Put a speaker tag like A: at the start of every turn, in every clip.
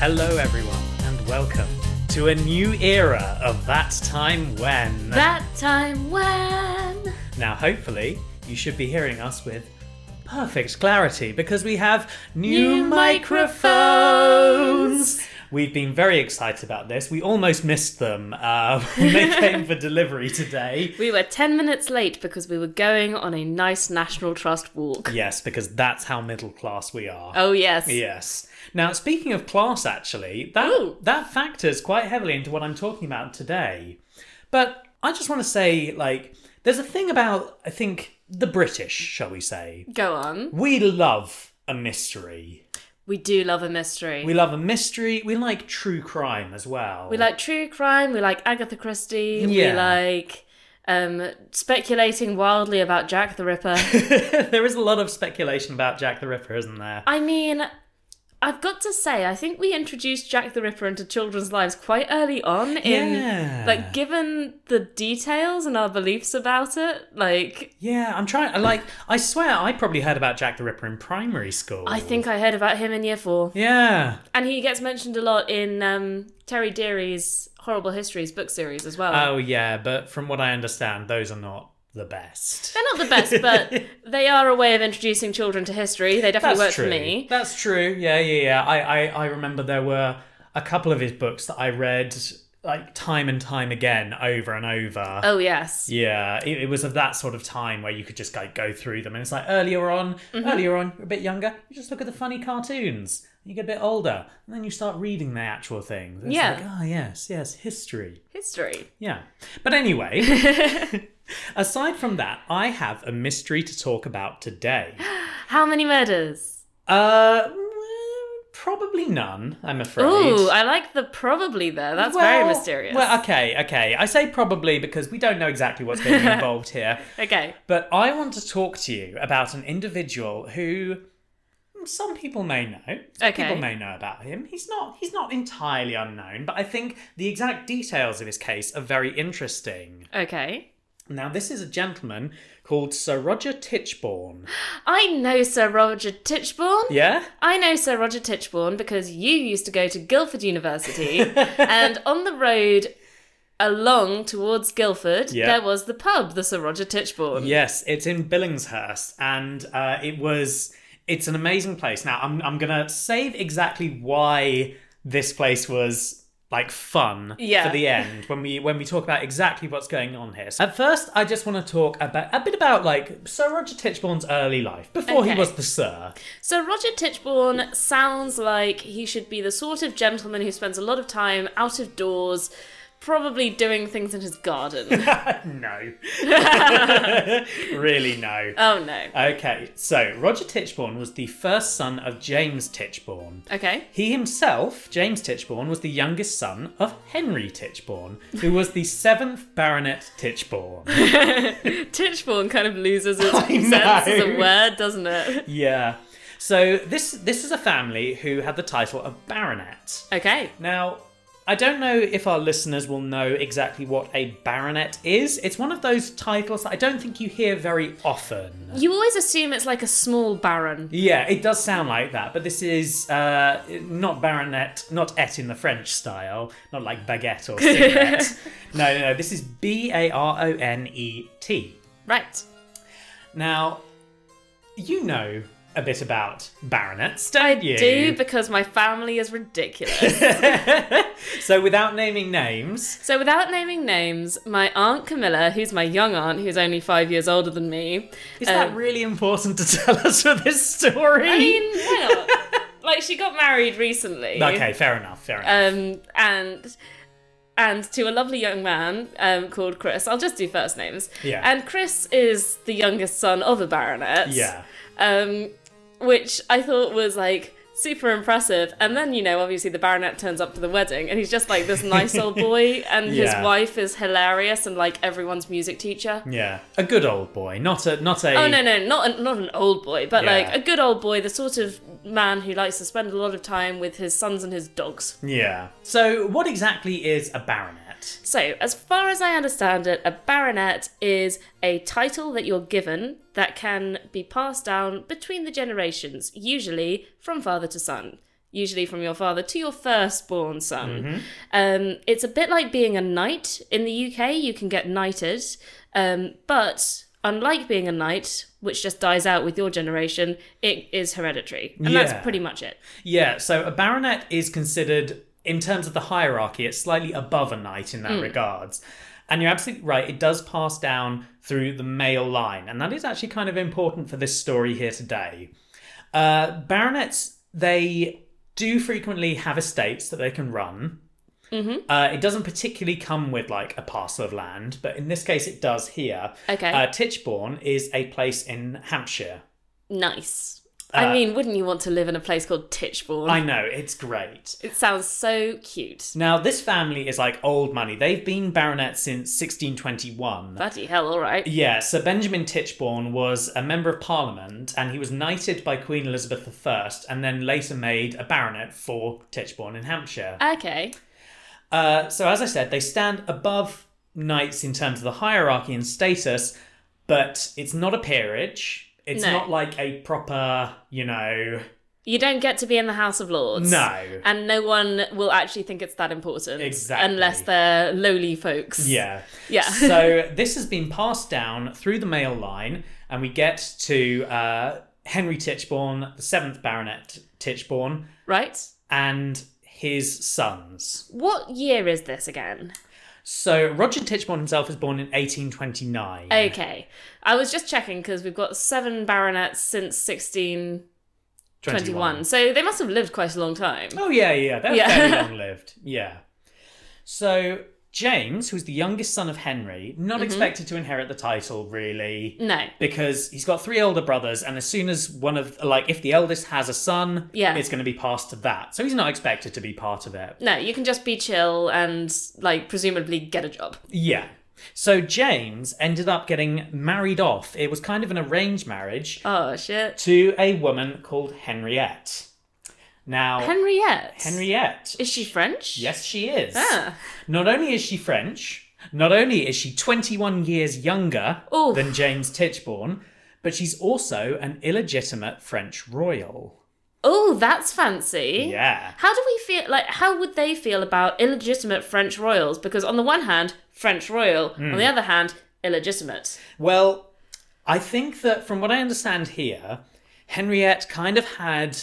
A: Hello, everyone, and welcome to a new era of That Time When.
B: That time when.
A: now, hopefully, you should be hearing us with perfect clarity because we have new,
B: New
A: microphones.
B: microphones.
A: We've been very excited about this. We almost missed them uh, when they came for delivery today.
B: We were 10 minutes late because we were going on a nice National Trust walk.
A: Yes, because that's how middle class we are.
B: Oh, yes.
A: Yes. Now, speaking of class, actually, that
B: Ooh.
A: that factors quite heavily into what I'm talking about today. But I just want to say, like, there's a thing about I think the British, shall we say,
B: Go on.
A: we love a mystery.
B: We do love a mystery.
A: We love a mystery. We like true crime as well.
B: We like true crime. We like Agatha Christie.
A: Yeah.
B: We like um, speculating wildly about Jack the Ripper.
A: there is a lot of speculation about Jack the Ripper, isn't there?
B: I mean, I've got to say, I think we introduced Jack the Ripper into children's lives quite early on. In
A: Yeah.
B: like, given the details and our beliefs about it, like
A: Yeah, I'm trying. I Like, I swear, I probably heard about Jack the Ripper in primary school.
B: I think I heard about him in year four.
A: Yeah.
B: And he gets mentioned a lot in um, Terry Deary's Horrible Histories book series as well.
A: Oh yeah, but from what I understand, those are not the best.
B: They're not the best, but they are a way of introducing children to history. They definitely work for me.
A: That's true. Yeah, yeah, yeah. I, I, I remember there were a couple of his books that I read like time and time again, over and over.
B: Oh, yes.
A: Yeah, it, it was of that sort of time where you could just like go through them, and it's like earlier on,
B: Mm-hmm.
A: earlier on, you're a bit younger, you just look at the funny cartoons. You get a bit older, and then you start reading the actual things. It's
B: Yeah.
A: Like, oh yes, yes, history.
B: History.
A: Yeah. But anyway, aside from that, I have a mystery to talk about today.
B: How many murders?
A: Uh, well, probably none, I'm afraid.
B: Ooh, I like the probably there. That's very
A: Well-
B: mysterious.
A: Well, okay, okay. I say probably because we don't know exactly what's going to be involved here.
B: okay.
A: But I want to talk to you about an individual who some people may know. Some
B: Okay.
A: people may know about him. He's not he's not entirely unknown, but I think the exact details of his case are very interesting.
B: Okay.
A: Now, this is a gentleman called Sir Roger Tichborne.
B: I know Sir Roger Tichborne.
A: Yeah?
B: I know Sir Roger Tichborne because you used to go to Guildford University, and on the road along towards Guildford,
A: Yeah.
B: there was the pub, the Sir Roger Tichborne.
A: Yes, it's in Billingshurst, and uh, it was. It's an amazing place. Now, I'm, I'm going to save exactly why this place was like fun
B: Yeah.
A: for the end when we when we talk about exactly what's going on here. So at first, I just want to talk about a bit about like Sir Roger Tichborne's early life before he
B: Okay.
A: was the Sir.
B: So Roger Tichborne sounds like he should be the sort of gentleman who spends a lot of time out of doors, probably doing things in his garden.
A: no, really no.
B: oh no.
A: Okay, so Roger Tichborne was the first son of James Tichborne.
B: Okay.
A: He himself, James Tichborne, was the youngest son of Henry Tichborne, who was the seventh Baronet Tichborne.
B: Tichborne kind of loses its
A: I
B: sense as
A: know.
B: a word, doesn't it?
A: yeah. So this this is a family who had the title of baronet.
B: Okay.
A: Now, I don't know if our listeners will know exactly what a baronet is. It's one of those titles that I don't think you hear very often.
B: You always assume it's like a small baron.
A: Yeah, it does sound like that, but this is uh, not baronet, not et in the French style, not like baguette or cigarette. no, no, no, this is B A R O N E T.
B: Right.
A: Now, you know a bit about baronets,
B: I
A: don't you?
B: do because my family is ridiculous.
A: so, without naming names,
B: so, without naming names, my aunt Camilla, who's my young aunt, who's only five years older than me,
A: is
B: um,
A: that really important to tell us for this story?
B: I mean, why not? like she got married recently.
A: okay, fair enough, fair enough.
B: Um, and and to a lovely young man um, called Chris. I'll just do first names.
A: Yeah.
B: And Chris is the youngest son of a baronet.
A: yeah.
B: um, which I thought was like super impressive. And then, you know, obviously the baronet turns up to the wedding and he's just like this nice old boy, and
A: Yeah.
B: his wife is hilarious and like everyone's music teacher.
A: Yeah, a good old boy, not a not a
B: Oh no no not an, not an old boy but
A: Yeah.
B: like a good old boy the sort of man who likes to spend a lot of time with his sons and his dogs.
A: Yeah. So, what exactly is a baronet?
B: So, as far as I understand it, a baronet is a title that you're given that can be passed down between the generations, usually from father to son. usually from your father, to your firstborn
A: Mm-hmm.
B: son. Um, it's a bit like being a knight. In the UK, you can get knighted, um, but unlike being a knight, which just dies out with your generation, it is hereditary. And
A: Yeah.
B: that's pretty much it.
A: Yeah, so a baronet is considered, in terms of the hierarchy, it's slightly above a knight in that regards. And you're absolutely right, it does pass down through the male line. And that is actually kind of important for this story here today. Uh, baronets, they do frequently have estates that they can run. Uh, it doesn't particularly come with like a parcel of land, but in this case it does here.
B: Okay.
A: Uh, Titchbourne is a place in Hampshire.
B: Nice. I mean, wouldn't you want to live in a place called Titchbourne?
A: Uh, I know, it's great.
B: it sounds so cute.
A: Now, this family is like old money. They've been baronets since 1621.
B: Bloody hell, all right.
A: yeah, Sir Benjamin Tichborne was a member of parliament and he was knighted by Queen Elizabeth I and then later made a baronet for Tichborne in Hampshire.
B: Okay.
A: Uh, so, as I said, they stand above knights in terms of the hierarchy and status, but it's not a peerage. It's
B: No.
A: not like a proper, you know.
B: You don't get to be in the House of Lords.
A: No.
B: And no one will actually think it's that important.
A: Exactly.
B: Unless they're lowly folks.
A: Yeah.
B: Yeah.
A: so this has been passed down through the male line, and we get to uh, Henry Tichborne, the seventh Baronet Tichborne,
B: Right?
A: and his sons.
B: What year is this again?
A: So Roger Tichborne himself was born in 1829.
B: Okay. I was just checking because we've got seven baronets since 1621.
A: 21.
B: So they must have lived quite a long time.
A: Oh yeah, yeah, they're
B: Yeah.
A: fairly long lived. Yeah. So James, who's the youngest son of Henry, not
B: Mm-hmm.
A: expected to inherit the title really.
B: No.
A: because he's got three older brothers, and as soon as one of like if the eldest has a son,
B: Yeah.
A: it's going to be passed to that. So he's not expected to be part of it.
B: No, you can just be chill and, like, presumably get a job.
A: Yeah. So James ended up getting married off. It was kind of an arranged marriage
B: Oh, shit.
A: to a woman called Henriette. Now
B: Henriette.
A: Henriette,
B: Is she French?
A: Oh. yes, she is.
B: Ah.
A: Not only is she French, not only is she 21 years younger
B: Oof.
A: than James Tichborne, but she's also an illegitimate French royal.
B: Oh, that's fancy.
A: Yeah.
B: How do we feel like how would they feel about illegitimate French royals? Because on the one hand, French royal, on
A: Hmm.
B: the other hand, illegitimate.
A: Well, I think that from what I understand here, Henriette kind of had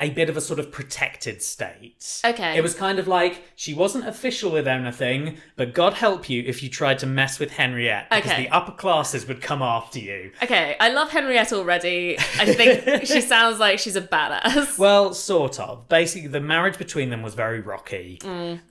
A: a bit of a sort of protected state.
B: Okay.
A: It was kind of like she wasn't official with anything, but God help you if you tried to mess with Henriette because
B: Okay.
A: the upper classes would come after you.
B: Okay, I love Henriette already. I think she sounds like she's a badass.
A: Well, sort of. Basically, the marriage between them was very rocky,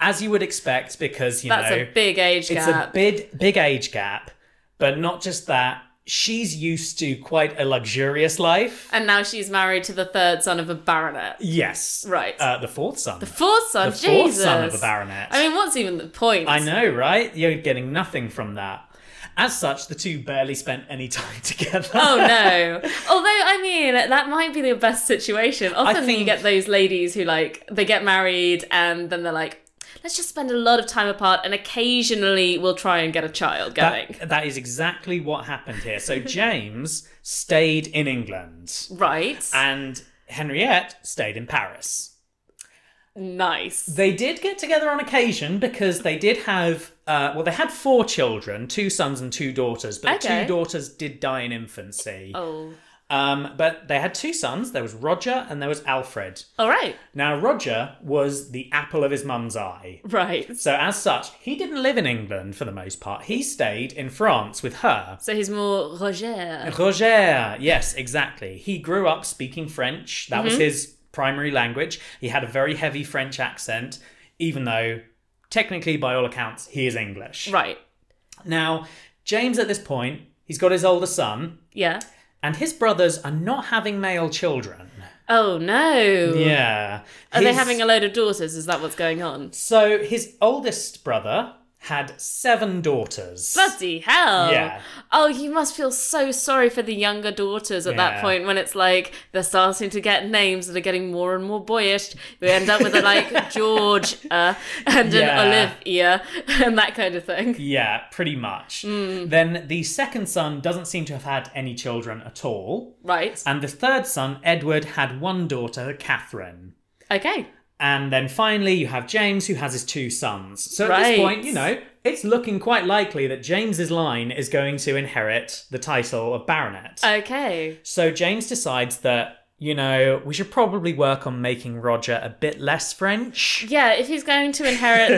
A: as you would expect, because you
B: Mm. That's
A: know
B: a big age
A: It's
B: gap.
A: a big, big age gap, but not just that. She's used to quite a luxurious life.
B: and now she's married to the third son of a baronet.
A: Yes.
B: Right.
A: Uh, the fourth son. The
B: fourth son,
A: fourth
B: Jesus.
A: son of a baronet.
B: I mean, what's even the point?
A: I know, right? You're getting nothing from that. As such, the two barely spent any time together.
B: Oh no! Although I mean, that might be the best situation. Often you
A: think-
B: get those ladies who like they get married and then they're like, let's just spend a lot of time apart, and occasionally we'll try and get a child going.
A: That- that is exactly what happened here. So James stayed in England,
B: Right?
A: and Henriette stayed in Paris.
B: nice.
A: They did get together on occasion because they did have, uh, well, they had four children two sons and two daughters, but the
B: Okay.
A: two daughters did die in infancy.
B: Oh,
A: Um, but they had two sons there was Roger and there was Alfred.
B: all right,
A: Now, Roger was the apple of his mum's eye.
B: right.
A: So, as such, he didn't live in England for the most part, he stayed in France with her.
B: So he's more Roger.
A: Roger, yes, exactly. He grew up speaking French. That was his primary language. He had a very heavy French accent, even though technically, by all accounts, he is English.
B: Right.
A: Now, James at this point, he's got his older son,
B: Yeah.
A: and his brothers are not having male children.
B: Oh no.
A: Yeah.
B: Are they having a load of daughters? Is that what's going on?
A: So his oldest brother had seven daughters.
B: Bloody hell.
A: Yeah.
B: Oh, you must feel so sorry for the younger daughters at that
A: Yeah.
B: point when it's like they're starting to get names that are getting more and more boyish. We end up with a like George uh, and
A: Yeah.
B: an Olivia and that kind of thing.
A: Yeah, pretty much.
B: Hmm.
A: Then the second son doesn't seem to have had any children at all.
B: Right.
A: And the third son, Edward, had one daughter, Catherine.
B: Okay.
A: And then finally, you have James, who has his two sons. So at
B: Right.
A: this point, you know, it's looking quite likely that James's line is going to inherit the title of baronet.
B: Okay.
A: so James decides that, you know, we should probably work on making Roger a bit less French.
B: Yeah, if he's going to inherit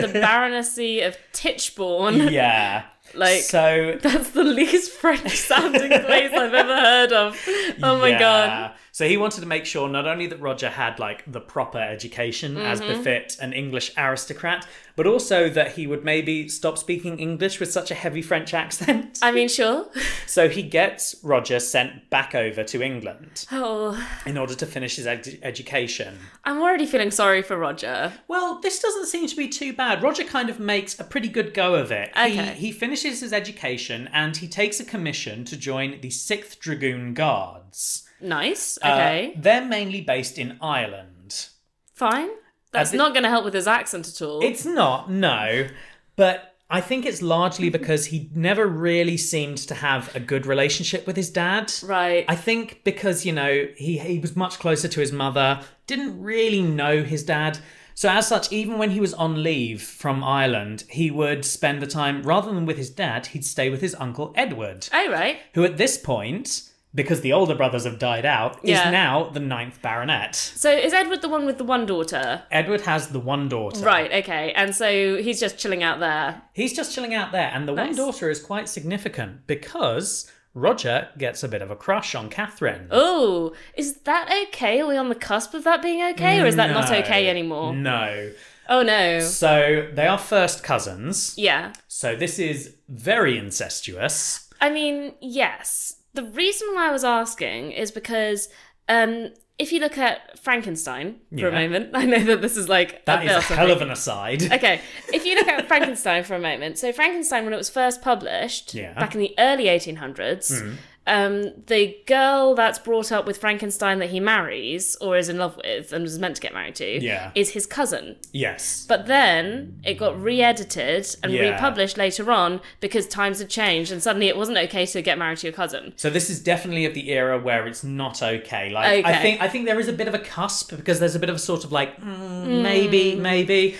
B: the baronessy of Titchbourne,
A: yeah.
B: like
A: so
B: that's the least French sounding place I've ever heard of. Oh my god.
A: Yeah. So he wanted to make sure not only that Roger had like the proper education as
B: Mm-hmm.
A: befit an English aristocrat, but also that he would maybe stop speaking English with such a heavy French accent.
B: I mean, sure.
A: so he gets Roger sent back over to England
B: Oh,
A: in order to finish his ed- education.
B: I'm already feeling sorry for Roger.
A: Well, this doesn't seem to be too bad. Roger kind of makes a pretty good go of it.
B: Okay.
A: He, he finishes his education and he takes a commission to join the 6th Dragoon Guards.
B: Nice.
A: Uh,
B: Okay.
A: they're mainly based in Ireland.
B: Fine. That's
A: thi-
B: not going to help with his accent at all.
A: It's not, no, but I think it's largely because he never really seemed to have a good relationship with his dad.
B: right.
A: I think because, you know, he, he was much closer to his mother, didn't really know his dad. So, as such, even when he was on leave from Ireland, he would spend the time, rather than with his dad, he'd stay with his uncle Edward,
B: oh, right.
A: who at this point, because the older brothers have died out,
B: Yeah.
A: is now the ninth baronet.
B: So is Edward the one with the one daughter?
A: Edward has the one daughter.
B: Right. Okay. And so he's just chilling out there.
A: He's just chilling out there, and the
B: Nice.
A: one daughter is quite significant because Roger gets a bit of a crush on Catherine.
B: Oh, is that okay? Are we on the cusp of that being okay, or is that not
A: No.
B: okay anymore?
A: No.
B: Oh no.
A: So they are first cousins.
B: Yeah.
A: So this is very incestuous.
B: I mean, yes. The reason why I was asking is because um, if you look at Frankenstein for
A: Yeah.
B: a moment, I know that this is like
A: That
B: a
A: is
B: bit
A: a
B: or
A: hell of
B: something.
A: an aside.
B: Okay, if you look at Frankenstein for a moment, so Frankenstein, when it was first published
A: Yeah. Mm-hmm.
B: back in the early 1800s, um, the girl that's brought up with Frankenstein that he marries or is in love with and was meant to get married to
A: Yeah.
B: is his cousin.
A: Yes.
B: But then it got re edited and
A: Yeah.
B: republished later on because times had changed and suddenly it wasn't okay to get married to your cousin.
A: So this is definitely of the era where it's not okay. Like
B: Okay.
A: I think I think there is a bit of a cusp because there's a bit of a sort of like mm,
B: Hmm.
A: maybe maybe.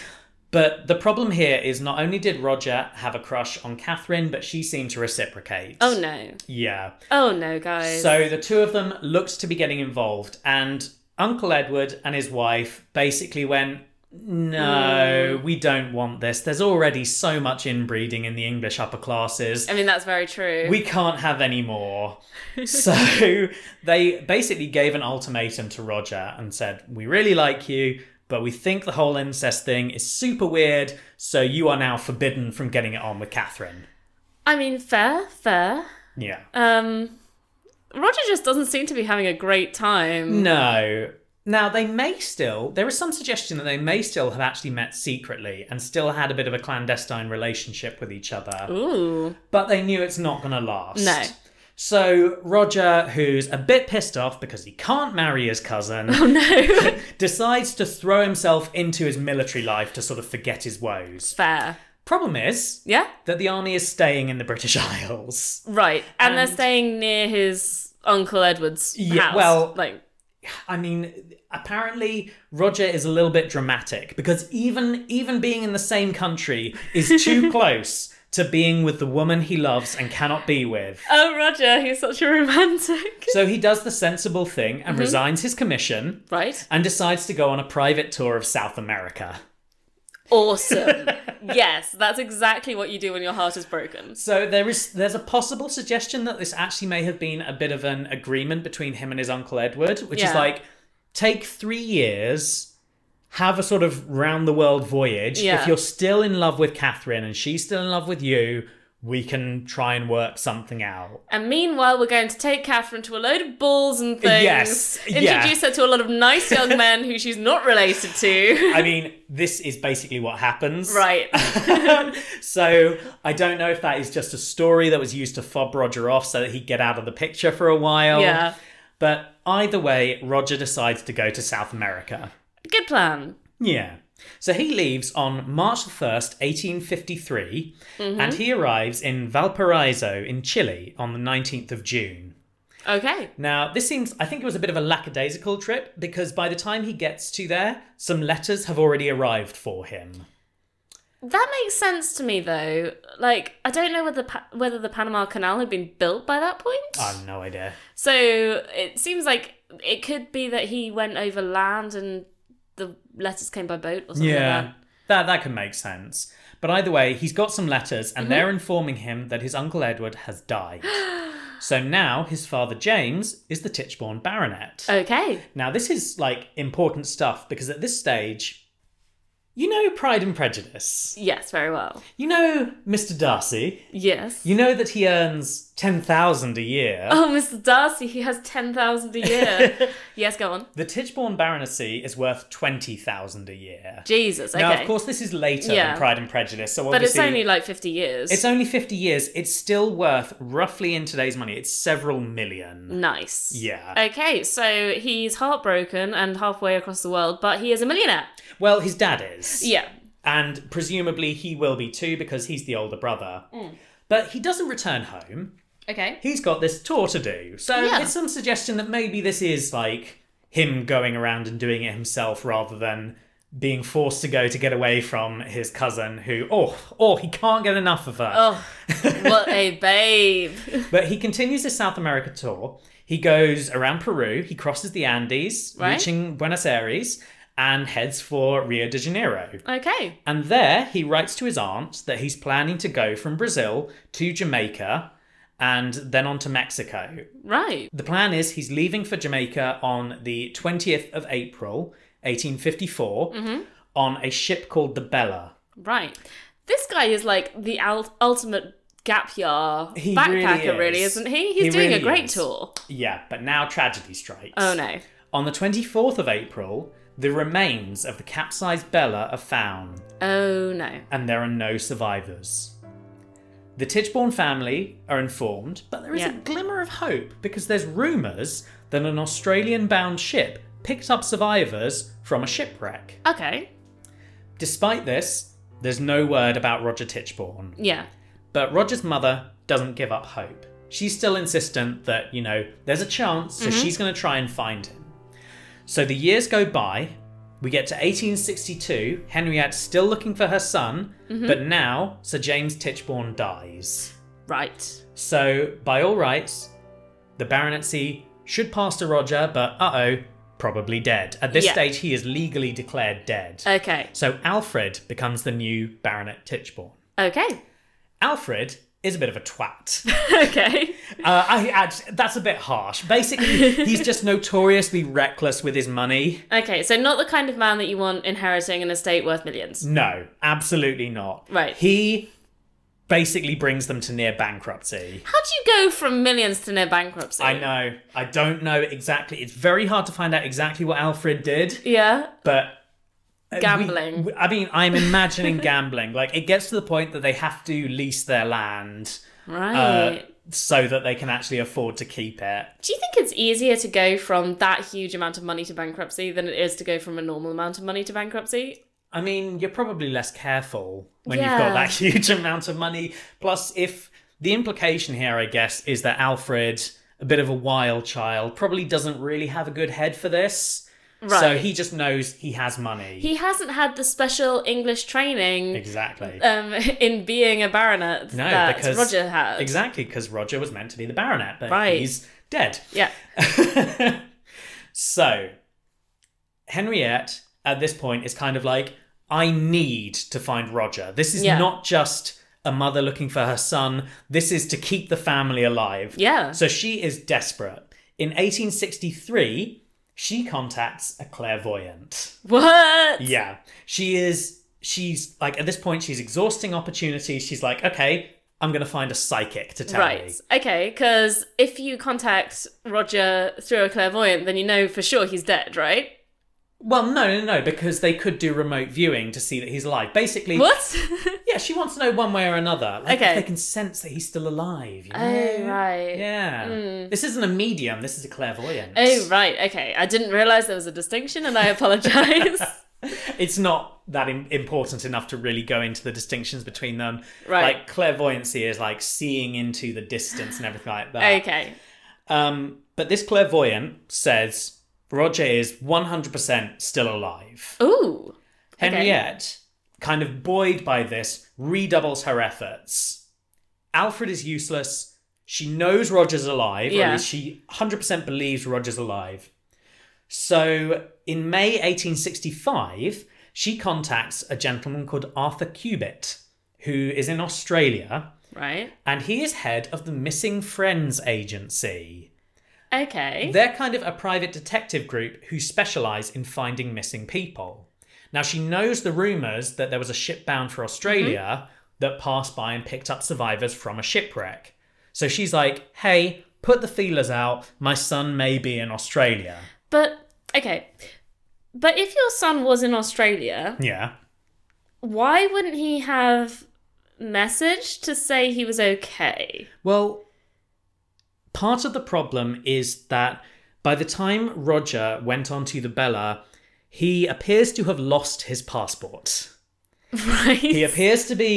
A: But the problem here is not only did Roger have a crush on Catherine, but she seemed to reciprocate.
B: Oh no.
A: Yeah.
B: Oh no, guys.
A: So the two of them looked to be getting involved, and Uncle Edward and his wife basically went, No, we don't want this. There's already so much inbreeding in the English upper classes.
B: I mean, that's very true.
A: We can't have any more. so they basically gave an ultimatum to Roger and said, We really like you. But we think the whole incest thing is super weird, so you are now forbidden from getting it on with Catherine.
B: I mean, fair, fair.
A: Yeah.
B: Um, Roger just doesn't seem to be having a great time.
A: No. Now they may still. There is some suggestion that they may still have actually met secretly and still had a bit of a clandestine relationship with each other,
B: Ooh.
A: but they knew it's not going to last.
B: No.
A: So Roger, who's a bit pissed off because he can't marry his cousin,
B: Oh no.
A: decides to throw himself into his military life to sort of forget his woes.
B: fair.
A: Problem is
B: Yeah?
A: that the army is staying in the British Isles.
B: Right. And, they're
A: And-
B: staying near his Uncle Edward's
A: Yeah,
B: house.
A: well-
B: like,
A: I mean, apparently Roger is a little bit dramatic because even even being in the same country is too close to being with the woman he loves and cannot be with.
B: oh, Roger, he's such a romantic.
A: So he does the sensible thing and resigns his commission
B: Right?
A: and decides to go on a private tour of South America.
B: Awesome. yes, that's exactly what you do when your heart is broken.
A: So there is there's a possible suggestion that this actually may have been a bit of an agreement between him and his uncle Edward, which
B: Yeah.
A: is like take three years, have a sort of round the world voyage.
B: Yeah.
A: If you're still in love with Catherine and she's still in love with you, we can try and work something out.
B: And meanwhile, we're going to take Catherine to a load of balls and things.
A: Yes, yeah.
B: Introduce her to a lot of nice young men who she's not related to.
A: I mean, this is basically what happens.
B: right.
A: so I don't know if that is just a story that was used to fob Roger off so that he'd get out of the picture for a while.
B: Yeah.
A: But either way, Roger decides to go to South America.
B: Good plan.
A: Yeah. So he leaves on March the 1st, 1853, and he arrives in Valparaiso in Chile on the 19th of June.
B: Okay.
A: Now, this seems, I think it was a bit of a lackadaisical trip because by the time he gets to there, some letters have already arrived for him.
B: That makes sense to me though. Like I don't know whether the pa- whether the Panama Canal had been built by that point.
A: I have no idea.
B: So it seems like it could be that he went over land and the letters came by boat or something like that.
A: That that can make sense. But either way, he's got some letters and they're informing him that his uncle Edward has died. so now his father James is the Tichborne baronet.
B: Okay.
A: Now this is like important stuff because at this stage you know Pride and Prejudice.
B: Yes, very well.
A: You know Mr. Darcy.
B: Yes.
A: You know that he earns 10,000 a year.
B: Oh, Mr. Darcy, he has 10,000 a year. yes, go on.
A: The Tichborne baronetcy is worth 20,000 a year.
B: Jesus, okay.
A: Now, of course, this is later
B: Yeah.
A: than Pride and Prejudice, so
B: but
A: obviously
B: it's only like 50 years.
A: It's only 50 years. It's still worth, roughly in today's money, it's several million.
B: nice.
A: Yeah.
B: Okay, so he's heartbroken and halfway across the world, but he is a millionaire.
A: Well, his dad is.
B: Yeah.
A: And presumably he will be too because he's the older brother.
B: Mm.
A: But he doesn't return home.
B: Okay.
A: He's got this tour to do. So
B: Yeah.
A: it's some suggestion that maybe this is like him going around and doing it himself rather than being forced to go to get away from his cousin who oh oh he can't get enough of her.
B: Oh, what a babe.
A: But he continues his South America tour. He goes around Peru, he crosses the Andes,
B: Right.
A: reaching Buenos Aires, and heads for Rio de Janeiro.
B: Okay.
A: And there he writes to his aunt that he's planning to go from Brazil to Jamaica and then on to Mexico.
B: Right.
A: The plan is he's leaving for Jamaica on the 20th of April, 1854,
B: Mm-hmm.
A: on a ship called the Bella.
B: Right. This guy is like the ul- ultimate gap year
A: He
B: backpacker,
A: really
B: really,
A: is.
B: isn't he?
A: He
B: He's doing
A: really
B: a great
A: is.
B: tour.
A: Yeah, but now tragedy strikes.
B: Oh no.
A: On the 24th of April, the remains of the capsized Bella are found,
B: Oh no.
A: and there are no survivors. The Tichborne family are informed, but there is
B: Yeah.
A: a glimmer of hope because there's rumours that an Australian bound ship picked up survivors from a shipwreck.
B: Okay.
A: Despite this, there's no word about Roger Tichborne,
B: Yeah.
A: but Roger's mother doesn't give up hope. She's still insistent that, you know, there's a chance, so she's going to try and find him. So the years go by. We get to 1862, Henriette's still looking for her son, but now Sir James Tichborne dies.
B: Right.
A: So, by all rights, the baronetcy should pass to Roger, but uh oh, probably dead. At this
B: Yeah. Uh,
A: stage, he is legally declared dead.
B: Okay.
A: so, Alfred becomes the new Baronet Tichborne.
B: Okay.
A: Alfred is a bit of a twat.
B: okay.
A: Uh, I, act- that's a bit harsh. Basically, he's just notoriously reckless with his money.
B: Okay. So not the kind of man that you want inheriting an estate worth millions.
A: No, absolutely not.
B: Right.
A: He basically brings them to near bankruptcy.
B: How do you go from millions to near bankruptcy?
A: I know. I don't know exactly. It's very hard to find out exactly what Alfred did,
B: Yeah.
A: but. uh, we-
B: Gambling.
A: w- I mean, I'm imagining gambling. Like, it gets to the point that they have to lease their land uh,
B: Right.
A: so that they can actually afford to keep it.
B: do you think it's easier to go from that huge amount of money to bankruptcy than it is to go from a normal amount of money to bankruptcy?
A: I mean, you're probably less careful when you've
B: Yeah.
A: got that huge amount of money. Plus, if the implication here, I guess, is that Alfred, a bit of a wild child, probably doesn't really have a good head for this. So
B: Right.
A: he just knows he has money.
B: He hasn't had the special English training
A: exactly.
B: um, in being a baronet
A: No,
B: that
A: because-
B: Roger had.
A: exactly, because Roger was meant to be the baronet, but
B: Right.
A: he's dead.
B: Yeah.
A: so, Henriette at this point is kind of like, I need to find Roger. This is
B: Yeah.
A: not just a mother looking for her son, this is to keep the family alive.
B: Yeah.
A: So, she is desperate. In 1863, she contacts a clairvoyant.
B: What?
A: Yeah. She is, she's like, at this point, she's exhausting opportunities. She's like, okay, I'm going to find a psychic to tell me.
B: Right. Okay. Because if you contact Roger through a clairvoyant, then you know for sure he's dead, right?
A: Well, no, no, no, because they could do remote viewing to see that he's alive. Basically,
B: What?
A: yeah, she wants to know one way or another. Like,
B: Okay.
A: if they can sense that he's still alive. You know?
B: oh right. Hmm.
A: Yeah. This isn't a medium, this is a clairvoyant.
B: Oh right. Okay. I didn't realize there was a distinction, and I apologize.
A: It's not that Im- important enough to really go into the distinctions between them.
B: Right.
A: Like, clairvoyancy is like seeing into the distance and everything like that.
B: okay.
A: Um, but this clairvoyant says Roger is 100% still alive.
B: Ooh. Okay.
A: Henriette, kind of buoyed by this, redoubles her efforts. Alfred is useless. She knows Roger's alive, or
B: Yeah.
A: at least she 100% believes Roger's alive. So in May 1865, she contacts a gentleman called Arthur Cubitt, who is in Australia,
B: Right.
A: and he is head of the Missing Friends Agency.
B: Okay.
A: They're kind of a private detective group who specialise in finding missing people. Now, she knows the rumours that there was a ship bound for Australia that passed by and picked up survivors from a shipwreck. So she's like, hey, put the feelers out. My son may be in Australia.
B: but okay. But if your son was in Australia,
A: Yeah.
B: why wouldn't he have message to say he was okay?
A: Well, part of the problem is that by the time Roger went on to the Bella, he appears to have lost his passport.
B: Right.
A: He appears to be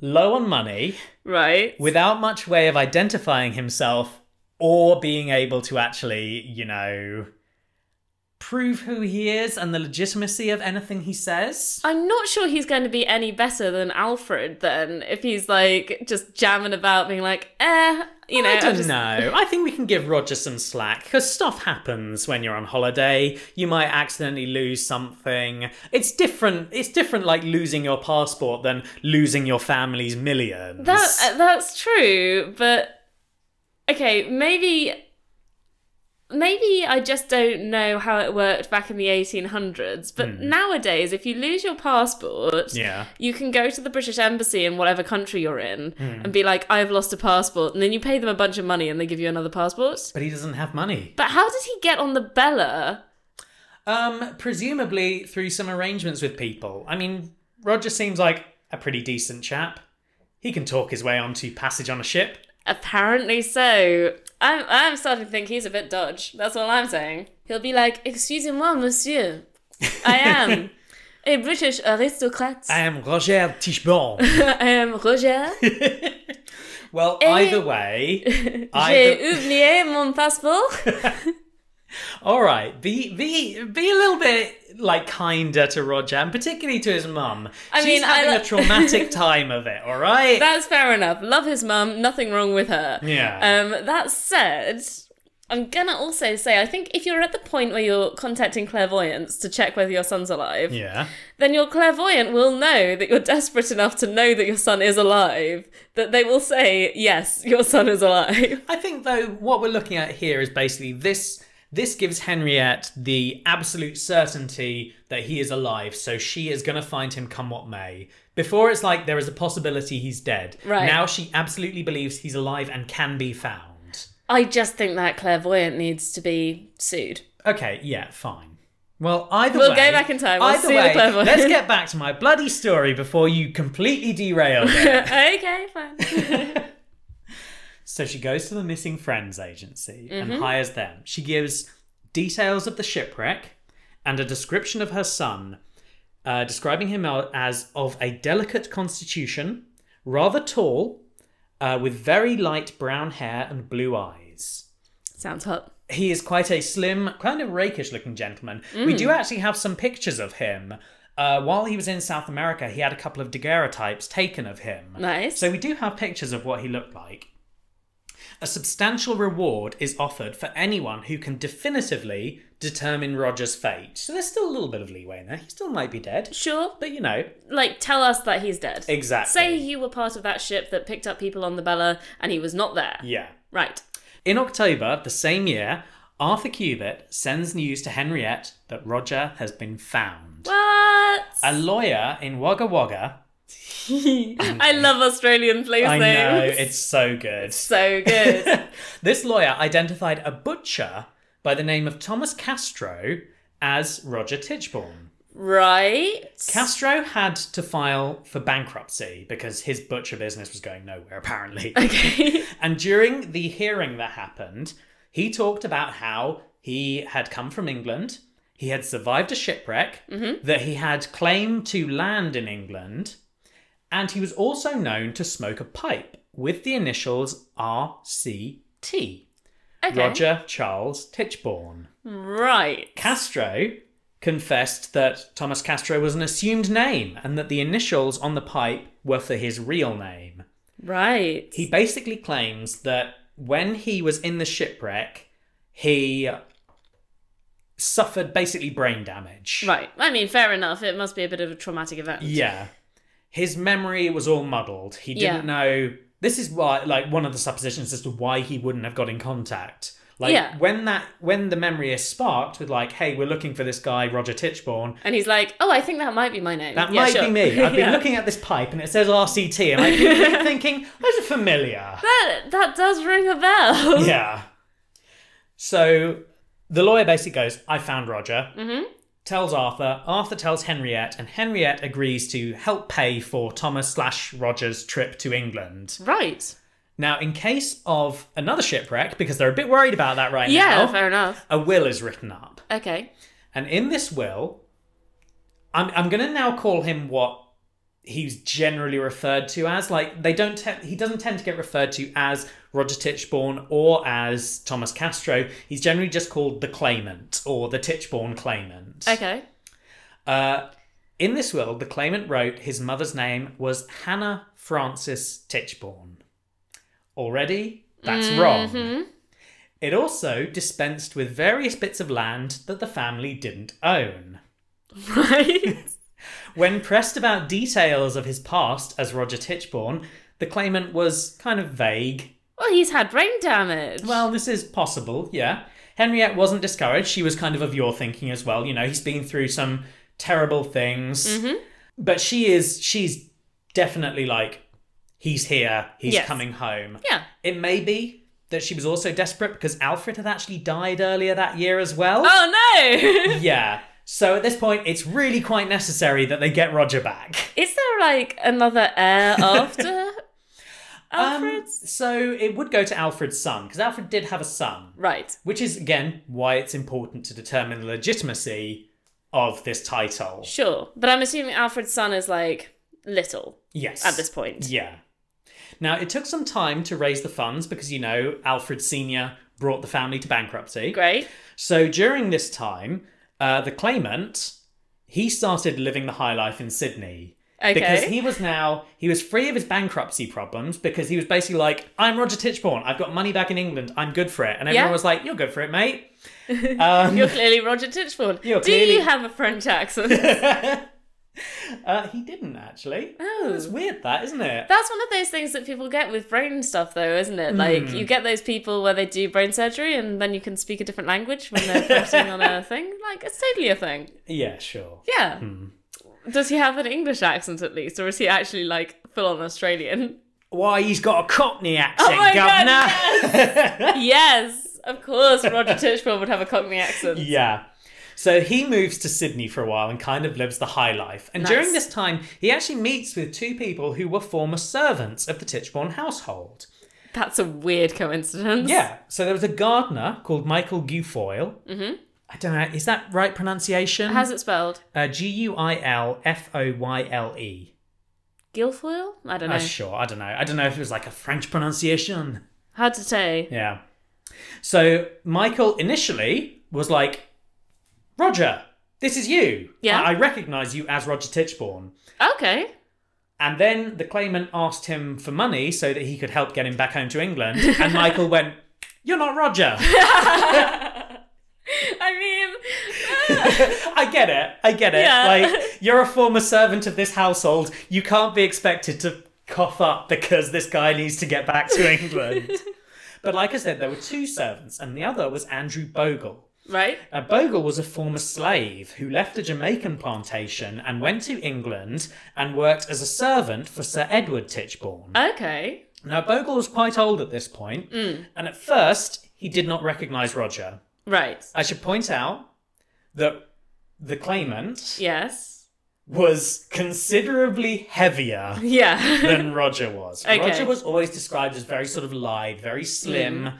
A: low on money.
B: Right.
A: without much way of identifying himself or being able to actually, you know, prove who he is and the legitimacy of anything he says.
B: I'm not sure he's going to be any better than Alfred then if he's like just jamming about being like, eh, you know,
A: I don't
B: just-
A: know. I think we can give Roger some slack because stuff happens when you're on holiday. You might accidentally lose something. It's different. It's different, like losing your passport than losing your family's millions.
B: That uh, that's true, but okay, maybe maybe I just don't know how it worked back in the 1800s, but nowadays if you lose your passport,
A: yeah.
B: you can go to the British embassy in whatever country you're in and be like I've lost a passport and then you pay them a bunch of money and they give you another passport.
A: But he doesn't have money.
B: But how did he get on the Bella?
A: Um, presumably through some arrangements with people. I mean, Roger seems like a pretty decent chap. He can talk his way onto passage on a ship.
B: Apparently so. I'm I'm starting to think he's a bit dodge. That's all I'm saying. He'll be like, "Excusez-moi, monsieur. I am a British aristocrat.
A: I
B: I,
A: am Roger Tichborne.
B: am Roger.
A: well,
B: Eh.
A: either way,
B: J'ai
A: either...
B: oublié mon passeport."
A: all right. Be be be a little bit like kinder to Roger, and particularly to his mum.
B: I
A: She's
B: mean, I
A: having
B: lo-
A: a traumatic time of it. All right.
B: That's fair enough. Love his mum. Nothing wrong with her.
A: yeah.
B: Um, that said, I'm gonna also say I think if you're at the point where you're contacting clairvoyants to check whether your son's alive,
A: yeah.
B: then your clairvoyant will know that you're desperate enough to know that your son is alive, that they will say, yes, your son is alive.
A: I think though what we're looking at here is basically this this gives Henriette the absolute certainty that he is alive, so she is going to find him come what may. Before it's like there is a possibility he's dead.
B: Right.
A: Now she absolutely believes he's alive and can be found.
B: I just think that clairvoyant needs to be sued.
A: Okay, yeah, fine. Well, either
B: We'll
A: way,
B: go back in time. We'll
A: either
B: see the
A: way,
B: clever-
A: let's get back to my bloody story before you completely derail it.
B: okay, fine.
A: So she goes to the missing friends agency and hires them. She gives details of the shipwreck and a description of her son, uh, describing him out as of a delicate constitution, rather tall, uh, with very light brown hair and blue eyes.
B: Sounds hot.
A: He is quite a slim, kind of rakish looking gentleman. We do actually have some pictures of him. Uh, while he was in South America, he had a couple of daguerreotypes taken of him.
B: Nice.
A: So we do have pictures of what he looked like. A substantial reward is offered for anyone who can definitively determine Roger's fate. So there's still a little bit of leeway in there. He still might be dead,
B: sure.
A: but you know,
B: Like, tell us that he's dead.
A: exactly.
B: Say you were part of that ship that picked up people on the Bella and he was not there.
A: yeah.
B: Right.
A: In October of the same year, Arthur Cubitt sends news to Henriette that Roger has been found.
B: What?
A: A lawyer in Wagga Wagga.
B: I love Australian place
A: I
B: names.
A: know, it's so good.
B: so good.
A: this lawyer identified a butcher by the name of Thomas Castro as Roger Tichborne.
B: right?
A: Castro had to file for bankruptcy because his butcher business was going nowhere, apparently.
B: okay.
A: and during the hearing that happened, he talked about how he had come from England, he had survived a shipwreck, that he had claim to land in England, and he was also known to smoke a pipe with the initials RCT.
B: Okay.
A: Roger Charles Tichborne.
B: Right.
A: Castro confessed that Thomas Castro was an assumed name and that the initials on the pipe were for his real name.
B: Right.
A: He basically claims that when he was in the shipwreck, he suffered basically brain damage.
B: Right. I mean, fair enough. It must be a bit of a traumatic event.
A: Yeah. His memory was all muddled. He
B: Yeah.
A: didn't know. This is why, like, one of the suppositions as to why he wouldn't have got in contact. Like
B: Yeah.
A: when that when the memory is sparked with like, hey, we're looking for this guy Roger Tichborne.
B: And he's like, oh, I think that might be my name.
A: That
B: Yeah,
A: might
B: sure.
A: be me. I've been
B: Yeah.
A: looking at this pipe and it says RCT, and I've been thinking, those are familiar.
B: That, that does ring a bell.
A: yeah. So the lawyer basically goes, I found Roger. Mm-hmm. Tells Arthur. Arthur tells Henriette, and Henriette agrees to help pay for Thomas slash Roger's trip to England.
B: Right.
A: Now, in case of another shipwreck, because they're a bit worried about that right
B: Yeah,
A: now,
B: fair enough.
A: a will is written up.
B: Okay.
A: And in this will, I'm, I'm going to now call him what he's generally referred to as. Like they don't, te- he doesn't tend to get referred to as Roger Tichborne or as Thomas Castro. He's generally just called the claimant or the Tichborne claimant.
B: Okay.
A: Uh, in this will, the claimant wrote his mother's name was Hannah Frances Tichborne. Already, that's wrong. It also dispensed with various bits of land that the family didn't own.
B: Right.
A: When pressed about details of his past as Roger Tichborne, the claimant was kind of vague.
B: well, he's had brain damage.
A: Well, this is possible, yeah. Henriette wasn't discouraged. She was kind of of your thinking as well. You know, he's been through some terrible things.
B: Mm-hmm.
A: But she is, she's definitely like, he's here, he's
B: Yes.
A: coming home.
B: yeah.
A: It may be that she was also desperate because Alfred had actually died earlier that year as well.
B: Oh no!
A: Yeah. So at this point, it's really quite necessary that they get Roger back.
B: Is there like another heir after
A: Um,
B: Alfred's?
A: so it would go to Alfred's son, because Alfred did have a son,
B: right.
A: which is, again, why it's important to determine the legitimacy of this title.
B: Sure. But I'm assuming Alfred's son is like little
A: Yes.
B: at this point.
A: Yeah. Now, it took some time to raise the funds because, you know, Alfred Sr. brought the family to bankruptcy.
B: Great.
A: So during this time, uh, the claimant, he started living the high life in Sydney.
B: Okay.
A: Because he was now he was free of his bankruptcy problems because he was basically like, I'm Roger Tichborne, I've got money back in England, I'm good for it. And everyone
B: Yeah.
A: was like, You're good for it, mate. Um,
B: You're clearly Roger Tichborne.
A: You're
B: Do
A: clearly-
B: you have a French accent?
A: uh, he didn't actually.
B: Oh.
A: It's weird that, isn't it?
B: That's one of those things that people get with brain stuff, though, isn't it? Like,
A: Hmm.
B: you get those people where they do brain surgery and then you can speak a different language when they're pressing on a thing. Like, it's totally a thing.
A: Yeah, sure.
B: Yeah.
A: Hmm.
B: Does he have an English accent at least, or is he actually like full on Australian?
A: Why he's got a Cockney accent,
B: Oh my God,
A: governor.
B: yes, of course. Roger Tichborne would have a Cockney accent.
A: Yeah. So he moves to Sydney for a while and kind of lives the high life. And
B: Nice.
A: during this time, he actually meets with two people who were former servants of the Tichborne household.
B: That's a weird coincidence.
A: Yeah. So there was a gardener called Michael Guilfoyle. Mm-hmm. I don't know. Is that right pronunciation?
B: How's it spelled?
A: uh, G U I L F O Y L E.
B: Guilfoyle? I don't know.
A: Oh, sure. I don't know. I don't know if it was like a French pronunciation.
B: Hard to say.
A: Yeah. So Michael initially was like, Roger, this is you.
B: Yeah.
A: I, I recognize you as Roger Tichborne.
B: Okay.
A: And then the claimant asked him for money so that he could help get him back home to England. And Michael went, You're not Roger.
B: I mean,
A: I get it. I get it.
B: Yeah.
A: Like, you're a former servant of this household. You can't be expected to cough up because this guy needs to get back to England. but like I said, there were two servants, and the other was Andrew Bogle.
B: right?
A: Uh, Bogle was a former slave who left a Jamaican plantation and went to England and worked as a servant for Sir Edward Tichborne.
B: Okay.
A: Now, Bogle was quite old at this point, and at first he did not recognise Roger.
B: Right.
A: I should point out that the claimant
B: Yes.
A: was considerably heavier
B: Yeah.
A: than Roger was.
B: Okay.
A: Roger was always described as very sort of lithe, very slim,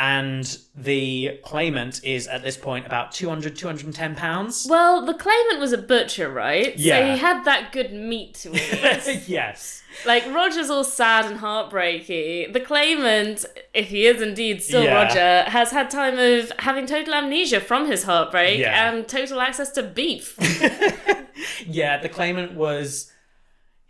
A: and the claimant is at this point about 200 210 pounds
B: Well, the claimant was a butcher, right? So
A: Yeah.
B: he had that good meat to eat.
A: yes
B: like, Roger's all sad and heartbreaky. The claimant, if he is indeed still
A: Yeah.
B: Roger, has had time of having total amnesia from his heartbreak
A: Yeah.
B: and total access to beef.
A: yeah the claimant was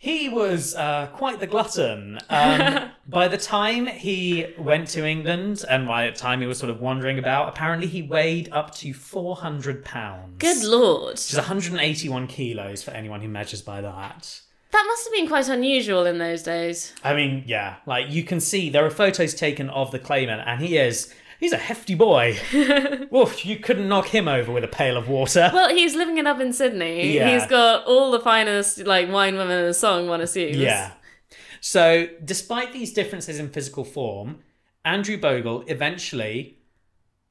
A: he was uh, quite the glutton. Um, by the time he went to England, and by the time he was sort of wandering about, apparently he weighed up to four hundred pounds.
B: good lord.
A: which is 181 kilos for anyone who measures by that.
B: That must have been quite unusual in those days.
A: I mean, yeah, like you can see there are photos taken of the claimant, and he is. He's a hefty boy. Woof, you couldn't knock him over with a pail of water.
B: Well, he's living it up in Sydney.
A: Yeah.
B: He's got all the finest like wine women in a song, one assumes.
A: Yeah. So, despite these differences in physical form, Andrew Bogle eventually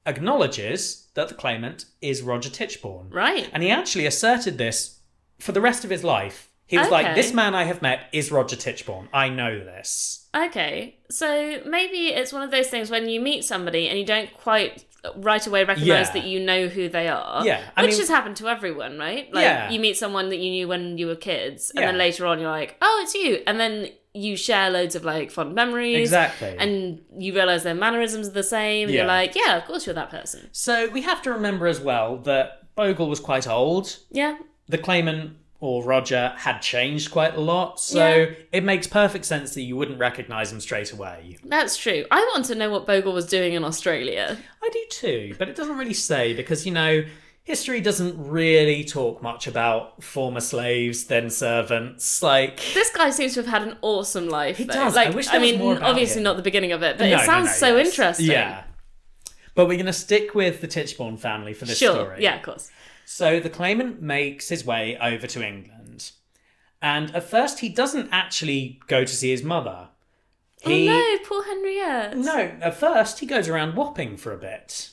A: acknowledges that the claimant is Roger Tichborne.
B: Right.
A: And he actually asserted this for the rest of his life. He was
B: Okay.
A: like, This man I have met is Roger Tichborne. I know this.
B: Okay. So maybe it's one of those things when you meet somebody and you don't quite right away recognize
A: Yeah.
B: that you know who they are.
A: Yeah, I
B: which
A: mean-
B: has happened to everyone, right? Like
A: Yeah.
B: you meet someone that you knew when you were kids and
A: Yeah.
B: then later on you're like, "Oh, it's you." And then you share loads of like fond memories.
A: Exactly.
B: And you realize their mannerisms are the same. And You're
A: Yeah.
B: like, "Yeah, of course you're that person."
A: So we have to remember as well that Bogle was quite old.
B: Yeah.
A: The claimant or Roger had changed quite a lot, so
B: Yeah.
A: it makes perfect sense that you wouldn't recognise him straight away.
B: That's true. I want to know what Bogle was doing in Australia.
A: I do too, but it doesn't really say because you know history doesn't really talk much about former slaves, then servants. Like
B: This guy seems to have had an awesome life. He
A: does. I
B: Like,
A: wish there was
B: mean,
A: more about
B: obviously
A: him.
B: not the beginning of it, but
A: No,
B: it
A: no,
B: sounds
A: no,
B: so
A: yes.
B: interesting.
A: Yeah. But we're going to stick with the Tichborne family for this
B: Sure.
A: story.
B: Yeah, of course.
A: So the claimant makes his way over to England. And at first, he doesn't actually go to see his mother. He,
B: oh no, poor Henriette.
A: no, at first, he goes around Wapping for a bit.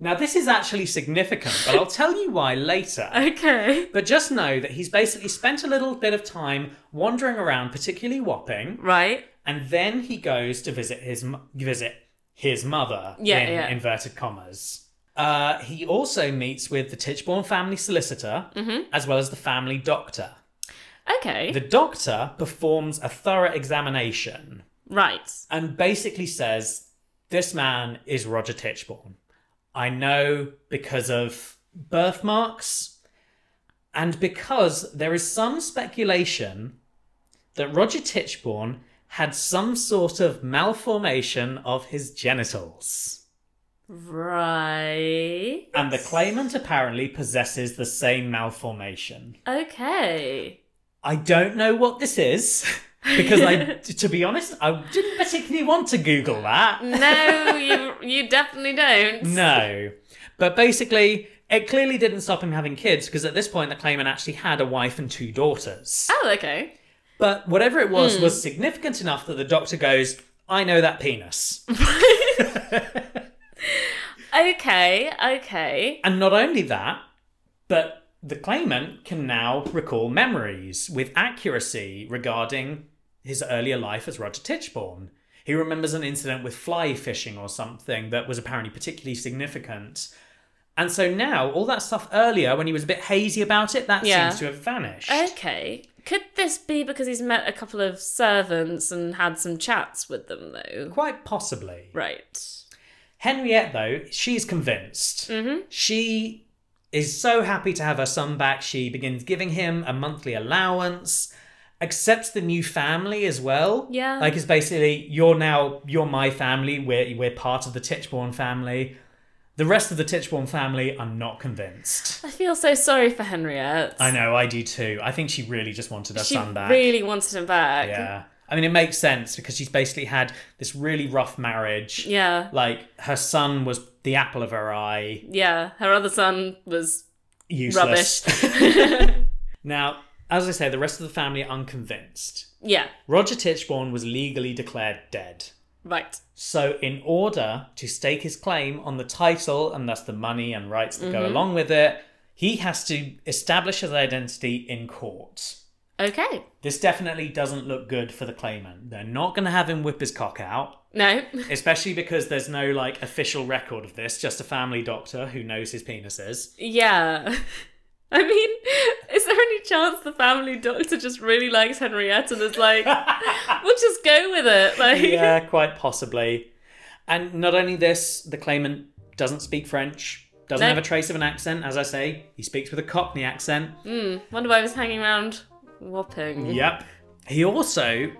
A: now, this is actually significant, but I'll tell you why later.
B: Oh. Okay.
A: But just know that he's basically spent a little bit of time wandering around, particularly Wapping,
B: Right.
A: and then he goes to visit his m- visit his mother
B: Yeah,
A: in
B: yeah.
A: inverted commas. Uh, he also meets with the Tichborne family solicitor
B: Mm-hmm.
A: as well as the family doctor.
B: Okay.
A: The doctor performs a thorough examination
B: Right.
A: and basically says, "This man is Roger Tichborne. I know because of birthmarks, and because there is some speculation that Roger Tichborne had some sort of malformation of his genitals,
B: Right.
A: and the claimant apparently possesses the same malformation."
B: Okay.
A: I don't know what this is. Because I, to be honest, I didn't particularly want to Google that.
B: No, you you definitely don't.
A: No. But basically, it clearly didn't stop him having kids because at this point, the claimant actually had a wife and two daughters.
B: Oh, okay.
A: But whatever it was, was significant enough that the doctor goes, I know that penis.
B: Okay. Okay.
A: and not only that, but the claimant can now recall memories with accuracy regarding his earlier life as Roger Tichborne. He remembers an incident with fly fishing or something that was apparently particularly significant. And so now, all that stuff earlier, when he was a bit hazy about it, that
B: Yeah.
A: seems to have vanished.
B: Okay. Could this be because he's met a couple of servants and had some chats with them, though?
A: Quite possibly.
B: Right.
A: Henriette, though, she's convinced.
B: Mm-hmm.
A: She is so happy to have her son back. She begins giving him a monthly allowance, accepts the new family as well.
B: Yeah.
A: Like, it's basically, you're now, you're my family. We're, we're part of the Tichborne family. The rest of the Tichborne family are not convinced.
B: I feel so sorry for Henriette.
A: I know, I do too. I think she really just wanted her
B: She
A: son back.
B: really wanted him back.
A: yeah. I mean, it makes sense because she's basically had this really rough marriage.
B: Yeah.
A: Like, her son was the apple of her eye.
B: Yeah. Her other son was
A: useless. now, as I say, the rest of the family are unconvinced.
B: yeah.
A: Roger Tichborne was legally declared dead.
B: Right.
A: So, in order to stake his claim on the title and thus the money and rights that go along with it, he has to establish his identity in court.
B: Okay.
A: This definitely doesn't look good for the claimant. They're not going to have him whip his cock out,
B: No.
A: especially because there's no like official record of this, just a family doctor who knows his penises.
B: Yeah. I mean, is there any chance the family doctor just really likes Henriette and is like, we'll just go with it? Like,
A: yeah, quite possibly. And not only this, the claimant doesn't speak French, doesn't
B: No.
A: have a trace of an accent, as I say. He speaks with a Cockney accent.
B: wonder why I was hanging around whopping.
A: Yep. He also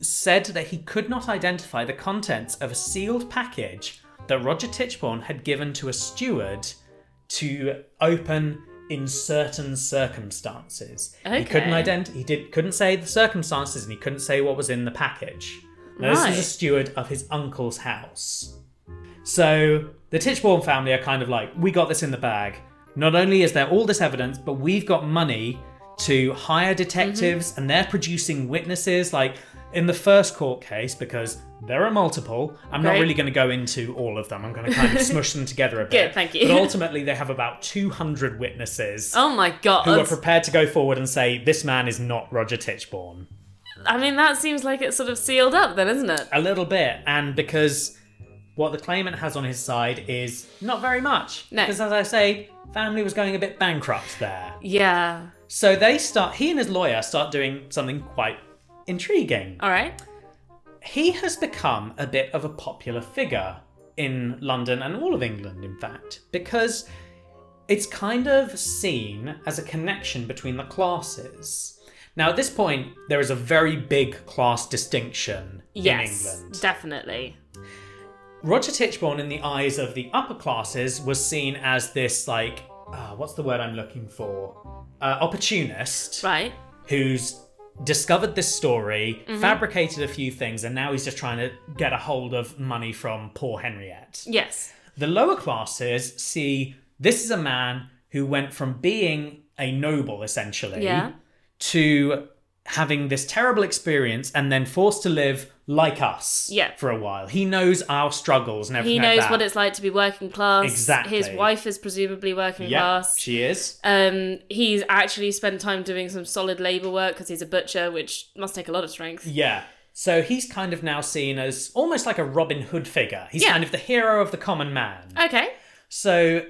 A: said that he could not identify the contents of a sealed package that Roger Tichborne had given to a steward to open in certain circumstances. He couldn't
B: Okay.
A: ident- he did couldn't say the circumstances and he couldn't say what was in the package. Now, This is a
B: Right.
A: steward of his uncle's house. So the Tichborne family are kind of like, we got this in the bag. Not only is there all this evidence, but we've got money to hire detectives
B: Mm-hmm.
A: and they're producing witnesses. Like in the first court case, because there are multiple, I'm not
B: Right.
A: really going to go into all of them. I'm going to kind of smush them together a bit.
B: Good, thank you.
A: But ultimately, they have about 200 witnesses
B: Oh my god.
A: who are prepared to go forward and say, this man is not Roger Tichborne.
B: I mean, that seems like it's sort of sealed up then, isn't it?
A: A little bit, and because what the claimant has on his side is not very much.
B: No.
A: Because as I say, family was going a bit bankrupt there.
B: Yeah.
A: So they start he and his lawyer start doing something quite intriguing.
B: All right.
A: He has become a bit of a popular figure in London and all of England, in fact, because it's kind of seen as a connection between the classes. Now, at this point, there is a very big class distinction in
B: Yes.
A: England.
B: Definitely.
A: Roger Tichborne, in the eyes of the upper classes, was seen as this like, uh, what's the word I'm looking for? Uh, opportunist
B: Right.
A: who's discovered this story, fabricated a few things, and now he's just trying to get a hold of money from poor Henriette.
B: Yes.
A: The lower classes see this is a man who went from being a noble, essentially,
B: Yeah.
A: to having this terrible experience and then forced to live like us
B: Yeah.
A: for a while. He knows our struggles and
B: He
A: everything
B: knows
A: like that.
B: what it's like to be working class.
A: Exactly.
B: His wife is presumably working
A: Yeah,
B: class.
A: she is.
B: Um, he's actually spent time doing some solid labor work because he's a butcher, which must take a lot of strength.
A: Yeah. So he's kind of now seen as almost like a Robin Hood figure. He's
B: Yeah.
A: kind of the hero of the common man.
B: Okay.
A: So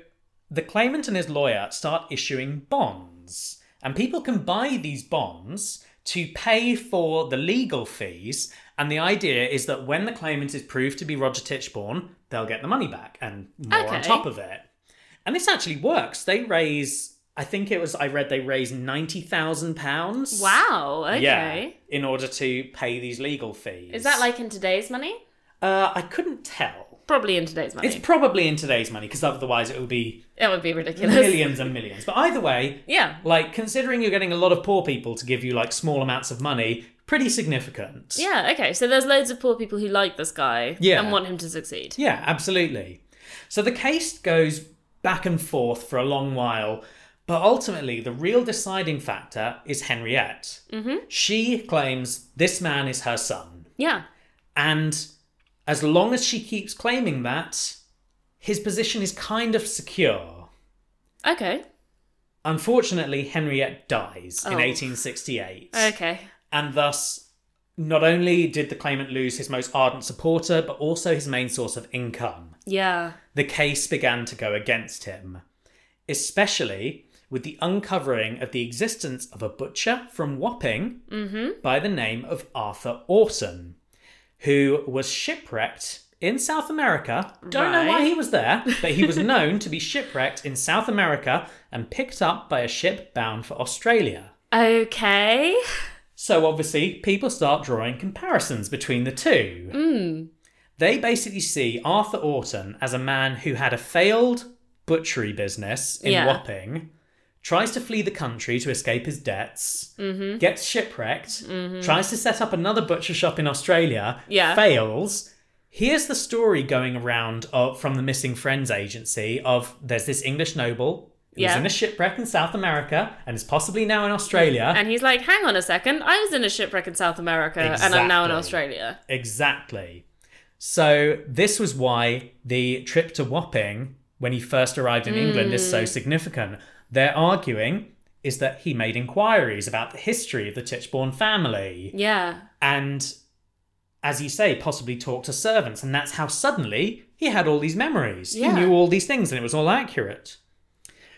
A: the claimant and his lawyer start issuing bonds, and people can buy these bonds to pay for the legal fees. And the idea is that when the claimant is proved to be Roger Tichborne, they'll get the money back and more on
B: Okay.
A: top of it. And this actually works. They raise, I think it was, I read they raised £90,000.
B: Wow. Okay.
A: Yeah, in order to pay these legal fees.
B: Is that like in today's money?
A: Uh, I couldn't tell.
B: Probably in today's money.
A: It's probably in today's money because otherwise it would be
B: It would be ridiculous.
A: millions and millions. But either way,
B: Yeah.
A: like considering you're getting a lot of poor people to give you like small amounts of money, pretty significant.
B: Yeah. Okay. So there's loads of poor people who like this guy
A: Yeah.
B: and want him to succeed.
A: Yeah, absolutely. So the case goes back and forth for a long while, but ultimately the real deciding factor is Henriette. Mm-hmm. She claims this man is her son.
B: Yeah.
A: And as long as she keeps claiming that, his position is kind of secure.
B: Okay.
A: Unfortunately, Henriette dies in
B: Oh.
A: 1868.
B: Okay.
A: and thus not only did the claimant lose his most ardent supporter, but also his main source of income.
B: Yeah.
A: The case began to go against him, especially with the uncovering of the existence of a butcher from Wapping by the name of Arthur Orton, who was shipwrecked in South America. Don't know why
B: Right.
A: he was there, but he was known to be shipwrecked in South America and picked up by a ship bound for Australia.
B: Okay.
A: So obviously, people start drawing comparisons between the two.
B: Hmm.
A: They basically see Arthur Orton as a man who had a failed butchery business in
B: Yeah.
A: Wapping, tries to flee the country to escape his debts,
B: Mm-hmm.
A: gets shipwrecked, tries to set up another butcher shop in Australia,
B: Yeah.
A: fails. Here's the story going around of, from the Missing Friends Agency of there's this English noble who's
B: Yeah.
A: in a shipwreck in South America and is possibly now in Australia.
B: And he's like, hang on a second. I was in a shipwreck in South America and I'm now in
A: Exactly.
B: Australia.
A: Exactly. So this was why the trip to Wapping, when he first arrived in England, is so significant. They're arguing is that he made inquiries about the history of the Tichborne family
B: Yeah.
A: and, as you say, possibly talked to servants. And that's how suddenly he had all these memories.
B: Yeah.
A: He knew all these things and it was all accurate.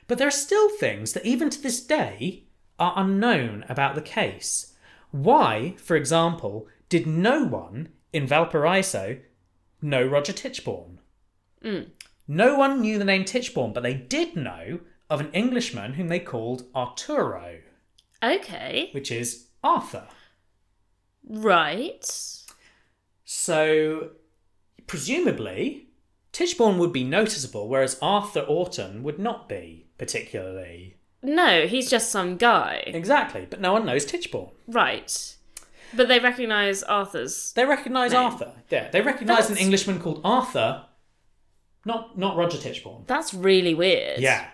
A: But there are still things that, even to this day, are unknown about the case. Why, for example, did no one in Valparaiso know Roger Tichborne?
B: Mm.
A: No one knew the name Tichborne, but they did know of an Englishman whom they called Arturo,
B: Okay.
A: which is Arthur.
B: Right.
A: So, presumably, Tichborne would be noticeable, whereas Arthur Orton would not be particularly.
B: No, he's just some guy.
A: Exactly, but no one knows Tichborne.
B: Right. But they recognise Arthur's.
A: They recognise
B: No.
A: Arthur. Yeah, they recognise an
B: That's-
A: Englishman called Arthur, not not Roger Tichborne.
B: That's really weird.
A: Yeah.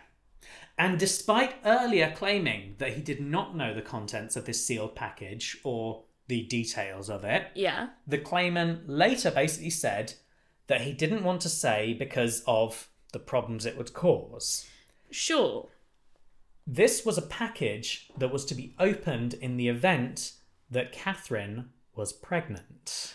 A: And despite earlier claiming that he did not know the contents of this sealed package or the details of it,
B: Yeah.
A: the claimant later basically said that he didn't want to say because of the problems it would cause.
B: Sure.
A: This was a package that was to be opened in the event that Catherine was pregnant.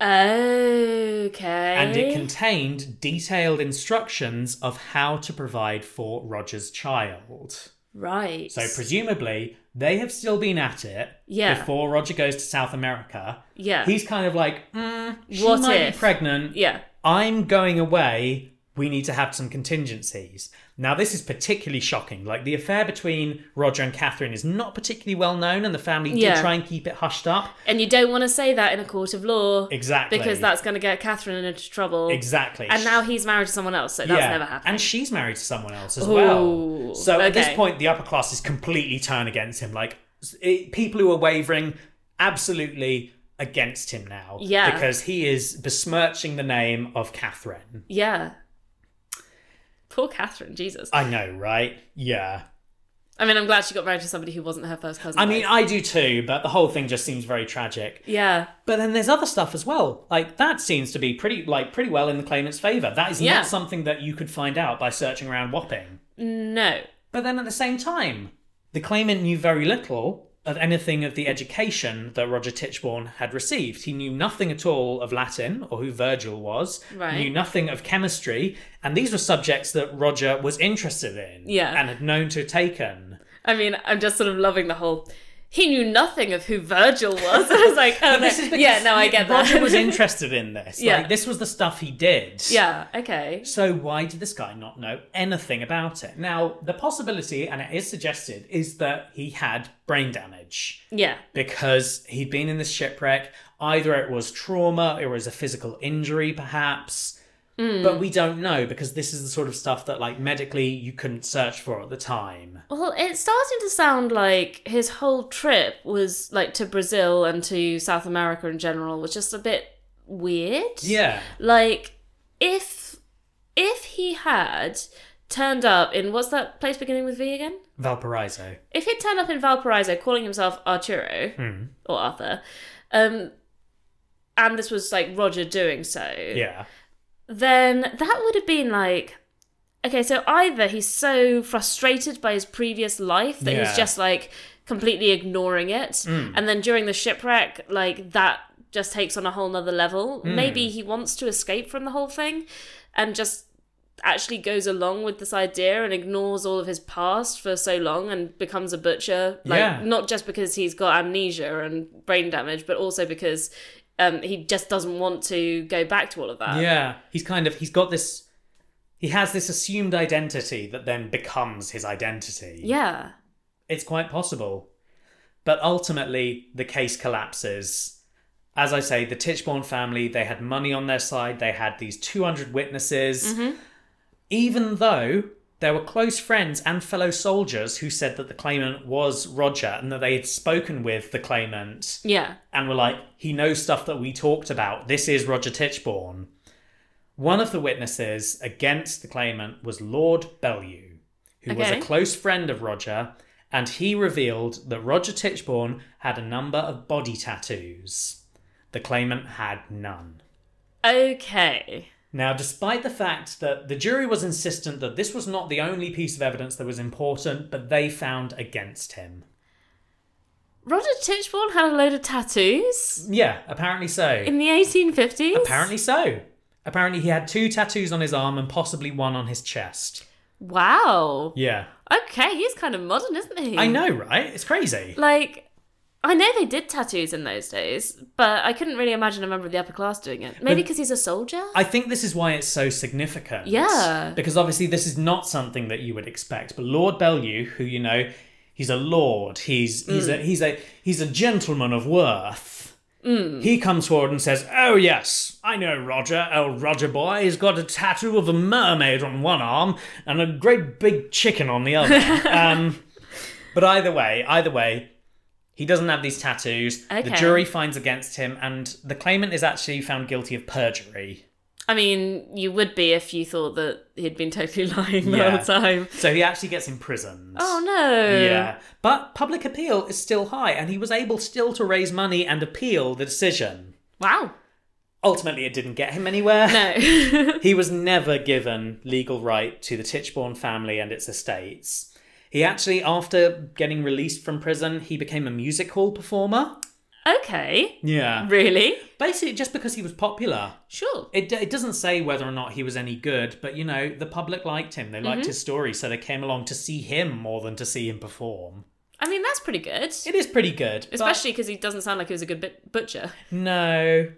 B: Okay.
A: And it contained detailed instructions of how to provide for Roger's child.
B: Right.
A: So presumably they have still been at it
B: Yeah.
A: before Roger goes to South America.
B: Yeah.
A: He's kind of like, mm, she
B: What
A: might
B: if?
A: be pregnant.
B: Yeah.
A: I'm going away. We need to have some contingencies. Now, this is particularly shocking. Like, the affair between Roger and Catherine is not particularly well known, and the family
B: Yeah.
A: did try and keep it hushed up.
B: And you don't want to say that in a court of law.
A: Exactly.
B: Because that's going to get Catherine into trouble.
A: Exactly.
B: And now he's married to someone else, so that's never happened.
A: And she's married to someone else as
B: Ooh,
A: well. So at this
B: okay.
A: point, the upper class is completely turned against him. Like s- it, people who are wavering, absolutely against him now.
B: Yeah.
A: Because he is besmirching the name of Catherine.
B: Yeah. Poor Catherine, Jesus.
A: I know, right? Yeah.
B: I mean, I'm glad she got married to somebody who wasn't her first cousin.
A: I
B: though.
A: mean, I do too, but the whole thing just seems very tragic.
B: yeah.
A: But then there's other stuff as well. Like that seems to be pretty, like pretty well in the claimant's favour. That is
B: Yeah.
A: not something that you could find out by searching around Wapping.
B: No.
A: But then at the same time, the claimant knew very little of anything of the education that Roger Tichborne had received. He knew nothing at all of Latin or who Virgil was,
B: Right.
A: knew nothing of chemistry, and these were subjects that Roger was interested in
B: Yeah.
A: and had known to have taken.
B: I mean, I'm just sort of loving the whole. He knew nothing of who Virgil was. I was like, oh, no. yeah, no, I get that.
A: Roger was interested in this.
B: Yeah.
A: Like, this was the stuff he did.
B: yeah. Okay.
A: So why did this guy not know anything about it? Now, the possibility, and it is suggested, is that he had brain damage.
B: Yeah.
A: because he'd been in this shipwreck. Either it was trauma, or it was a physical injury, perhaps.
B: Hmm.
A: But we don't know because this is the sort of stuff that, like, medically you couldn't search for at the time.
B: Well, it's starting to sound like his whole trip was like to Brazil and to South America in general was just a bit weird.
A: Yeah.
B: Like if if he had turned up in what's that place beginning with V again?
A: Valparaiso.
B: If he'd turned up in Valparaiso calling himself Arturo or Arthur, um and this was like Roger doing so.
A: Yeah.
B: Then that would have been like okay, so either he's so frustrated by his previous life that he's
A: Yeah. Mm.
B: just like completely ignoring it and then during the shipwreck like that just takes on a whole nother level
A: Mm.
B: maybe he wants to escape from the whole thing and just actually goes along with this idea and ignores all of his past for so long and becomes a butcher like
A: Yeah.
B: not just because he's got amnesia and brain damage but also because um, he just doesn't want to go back to all of that
A: yeah. He's kind of, he's got this, he has this assumed identity that then becomes his identity.
B: yeah
A: It's quite possible. But ultimately, the case collapses. As I say, the Tichborne family, they had money on their side, they had these 200 witnesses. Even though there were close friends and fellow soldiers who said that the claimant was Roger and that they had spoken with the claimant
B: yeah
A: and were like, he knows stuff that we talked about. This is Roger Tichborne. One of the witnesses against the claimant was Lord Bellew, who was
B: Okay.
A: a close friend of Roger, and he revealed that Roger Tichborne had a number of body tattoos. The claimant had none.
B: okay
A: Now, despite the fact that the jury was insistent that this was not the only piece of evidence that was important, but they found against him.
B: Roger Tichborne had a load of tattoos
A: Yeah, apparently so.
B: in the 1850s.
A: Apparently so. Apparently, he had two tattoos on his arm and possibly one on his chest.
B: Wow.
A: Yeah.
B: Okay, he's kind of modern, isn't he?
A: I know, right? It's crazy.
B: Like, I know they did tattoos in those days, but I couldn't really imagine a member of the upper class doing it. Maybe
A: But-
B: because he's a soldier?
A: I think this is why it's so significant.
B: Yeah.
A: Because obviously, this is not something that you would expect. But Lord Bellew, who you know, he's a lord. He's he's
B: Mm.
A: a he's a he's a gentleman of worth.
B: Mm.
A: He comes forward and says, "Oh yes, I know Roger. Oh Roger boy, he's got a tattoo of a mermaid on one arm and a great big chicken on the other." um, but either way, either way, he doesn't have these tattoos. The
B: Okay.
A: jury finds against him, and the claimant is actually found guilty of perjury.
B: I mean, you would be if you thought that he'd been totally lying the
A: Yeah.
B: whole time.
A: So he actually gets imprisoned.
B: Oh no.
A: Yeah. But public appeal is still high, and he was able still to raise money and appeal the decision.
B: Wow.
A: Ultimately, it didn't get him anywhere.
B: No.
A: He was never given legal right to the Tichborne family and its estates. He actually, after getting released from prison, he became a music hall performer.
B: okay.
A: Yeah.
B: Really?
A: Basically, just because he was popular.
B: Sure.
A: It, it doesn't say whether or not he was any good, but you know, the public liked him. They
B: Mm-hmm.
A: liked his story, so they came along to see him more than to see him perform.
B: I mean, that's pretty good.
A: It is pretty good. but-
B: Especially because he doesn't sound like he was a good bit- butcher.
A: No.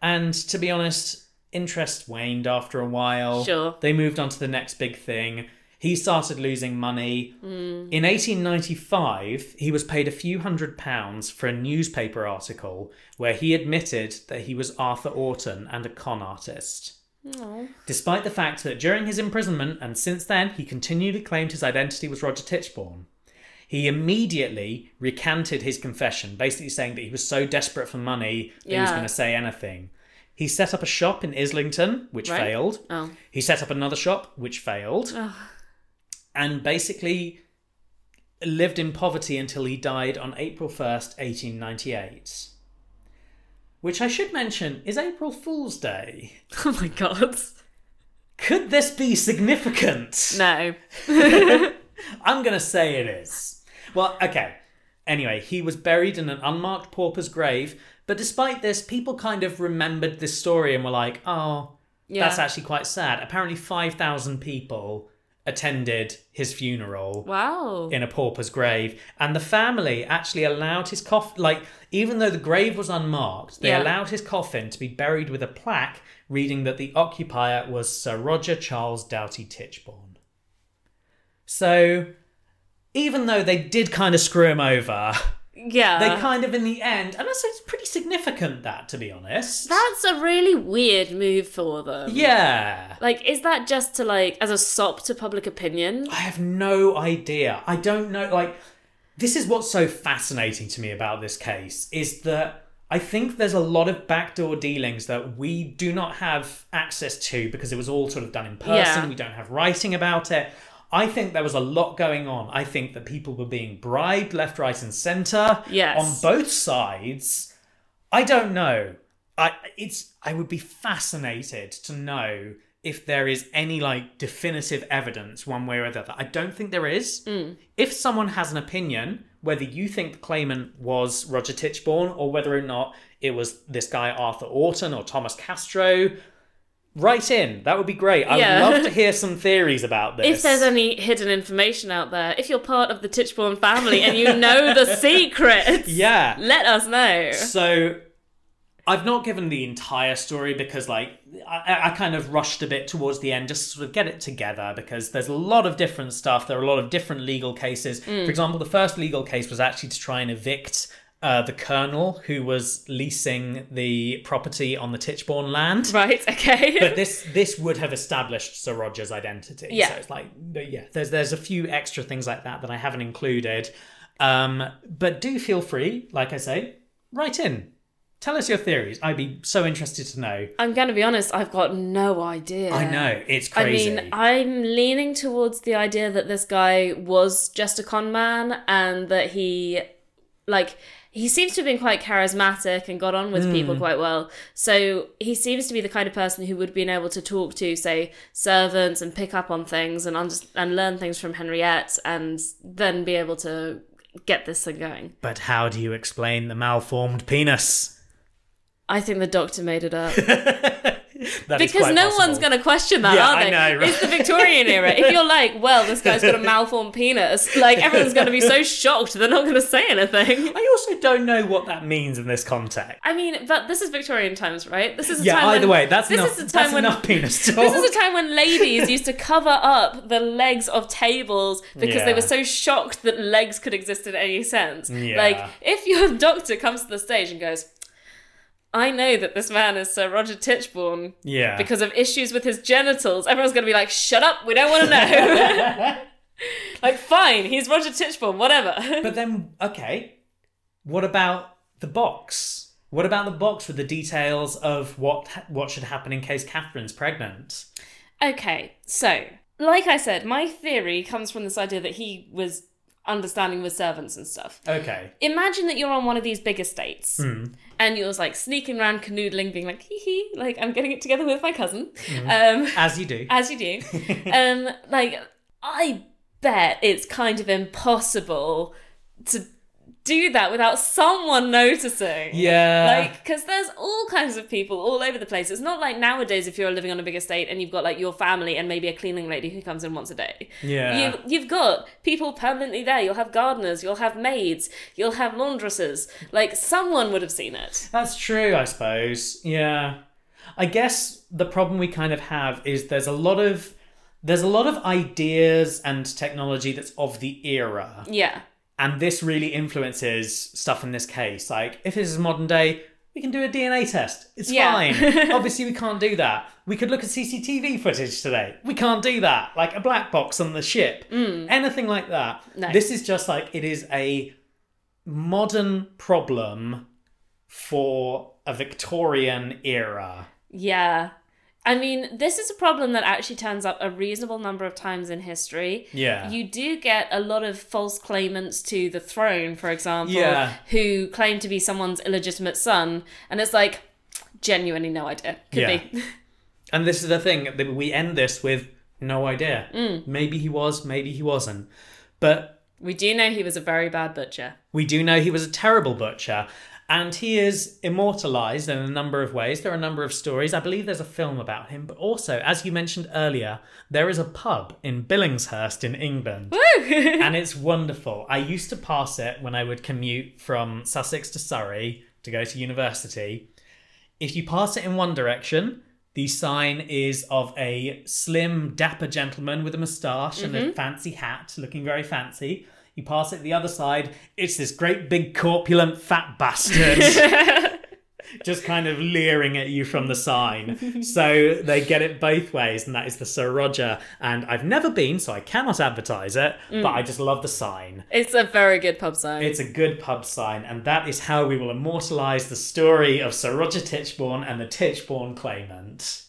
A: And to be honest, interest waned after a while.
B: Sure.
A: They moved on to the next big thing. He started losing money.
B: Hmm.
A: In 1895, he was paid a few hundred pounds for a newspaper article where he admitted that he was Arthur Orton and a con artist. Despite the fact that during his imprisonment and since then, he continually claimed his identity was Roger Tichborne. He immediately recanted his confession, basically saying that he was so desperate for money that he was
B: Yeah.
A: going to say anything. He set up a shop in Islington, which
B: Right.
A: failed.
B: Oh.
A: He set up another shop, which failed.
B: Ugh.
A: And basically lived in poverty until he died on April 1st, 1898. Which I should mention is April Fool's Day.
B: Oh my god.
A: Could this be significant?
B: No.
A: I'm going to say it is. Well, okay. Anyway, he was buried in an unmarked pauper's grave, but despite this, people kind of remembered this story and were like, oh,
B: Yeah.
A: that's actually quite sad. Apparently, 5,000 people attended his funeral
B: wow.
A: in a pauper's grave, and the family actually allowed his coffin, like, even though the grave was unmarked, they
B: Yeah.
A: allowed his coffin to be buried with a plaque reading that the occupier was Sir Roger Charles Doughty Tichborne. So, even though they did kind of screw him over,
B: Yeah.
A: they kind of, in the end, and that's it's pretty significant that, to be honest.
B: that's a really weird move for them.
A: yeah.
B: Like, is that just to like as a sop to public opinion?
A: I have no idea. I don't know. Like, this is what's so fascinating to me about this case is that I think there's a lot of backdoor dealings that we do not have access to because it was all sort of done in person.
B: Yeah.
A: We don't have writing about it. I think there was a lot going on. I think that people were being bribed left, right, and centre
B: Yes.
A: on both sides. I don't know. I it's I would be fascinated to know if there is any like definitive evidence one way or the other. I don't think there is.
B: Hmm.
A: If someone has an opinion, whether you think the claimant was Roger Tichborne or whether or not it was this guy Arthur Orton or Thomas Castro, write in. That would be great. I
B: Yeah.
A: would love to hear some theories about this.
B: If there's any hidden information out there, if you're part of the Tichborne family and you know the secrets,
A: yeah.
B: let us know.
A: So I've not given the entire story because, like, I, I kind of rushed a bit towards the end just to sort of get it together because there's a lot of different stuff. There are a lot of different legal cases. For example, the first legal case was actually to try and evict. Uh, the colonel who was leasing the property on the Tichborne land,
B: Right, okay.
A: but this this would have established Sir Roger's identity.
B: Yeah.
A: So it's like yeah, there's there's a few extra things like that that I haven't included. Um, but do feel free, like I say, write in. Tell us your theories. I'd be so interested to know.
B: I'm going to be honest, I've got no idea.
A: I know, it's
B: I
A: crazy.
B: mean, I'm leaning towards the idea that this guy was just a con man and that he, like, he seems to have been quite charismatic and got on with people quite well. So he seems to be the kind of person who would have been able to talk to, say, servants and pick up on things and under- and learn things from Henriette and then be able to get this thing going.
A: But how do you explain the malformed penis?
B: I think the doctor made it up.
A: That is
B: because
A: quite
B: no
A: possible.
B: one's going to question that,
A: Yeah,
B: are
A: I
B: they?
A: know, right?
B: It's the Victorian era. If you're like, well, this guy's got a malformed penis, like everyone's going to be so shocked they're not going to say anything.
A: I also don't know what that means in this context.
B: I mean, but this is Victorian times, right? This is a
A: Yeah,
B: time
A: either
B: when,
A: way, that's
B: this
A: enough.
B: is a time
A: that's
B: when
A: enough penis talk.
B: this is a time when ladies used to cover up the legs of tables because
A: Yeah.
B: they were so shocked that legs could exist in any sense.
A: Yeah.
B: Like, if your doctor comes to the stage and goes, I know that this man is Sir Roger Tichborne
A: yeah,
B: because of issues with his genitals, everyone's going to be like, shut up, we don't want to know. like, fine, he's Roger Tichborne, whatever.
A: But then, okay, what about the box? What about the box with the details of what what should happen in case Catherine's pregnant?
B: okay, so, like I said, my theory comes from this idea that he was understanding with servants and stuff.
A: Okay,
B: Imagine that you're on one of these big estates and you're like sneaking around, canoodling, being like, hee hee, like I'm getting it together with my cousin. Um,
A: as you do.
B: as you do. um, like, I bet it's kind of impossible to do that without someone noticing.
A: yeah,
B: Like, because there's all kinds of people all over the place. It's not like nowadays if you're living on a big estate and you've got like your family and maybe a cleaning lady who comes in once a day.
A: yeah,
B: You, you've got people permanently there. You'll have gardeners, you'll have maids, you'll have laundresses. Like, someone would have seen it.
A: that's true. I suppose. Yeah, I guess the problem we kind of have is there's a lot of there's a lot of ideas and technology that's of the era.
B: Yeah.
A: and this really influences stuff in this case. Like, if this is modern day, we can do a DNA test. It's
B: Yeah.
A: fine. Obviously, we can't do that. We could look at CCTV footage today. We can't do that. Like a black box on the ship. Anything like that.
B: Mm. No.
A: This is just like it is a modern problem for a Victorian era.
B: Yeah. I mean, this is a problem that actually turns up a reasonable number of times in history.
A: Yeah.
B: You do get a lot of false claimants to the throne, for example,
A: Yeah.
B: who claim to be someone's illegitimate son. And it's like, genuinely no idea. Could
A: Yeah.
B: be.
A: And this is the thing that we end this with no idea.
B: Mm.
A: Maybe he was, maybe he wasn't. But
B: We do know he was a very bad butcher.
A: We do know he was a terrible butcher, and he is immortalized in a number of ways. There are a number of stories. I believe there's a film about him, but also, as you mentioned earlier, there is a pub in Billingshurst in England,
B: Woo!
A: and it's wonderful. I used to pass it when I would commute from Sussex to Surrey to go to university. If you pass it in one direction, the sign is of a slim, dapper gentleman with a moustache and a fancy hat, looking very fancy. You pass it the other side, it's this great big corpulent fat bastard just kind of leering at you from the sign. So they get it both ways, and that is the Sir Roger. And I've never been, so I cannot advertise it, but I just love the sign.
B: it's a very good pub sign.
A: It's a good pub sign, and that is how we will immortalise the story of Sir Roger Tichborne and the Tichborne claimant.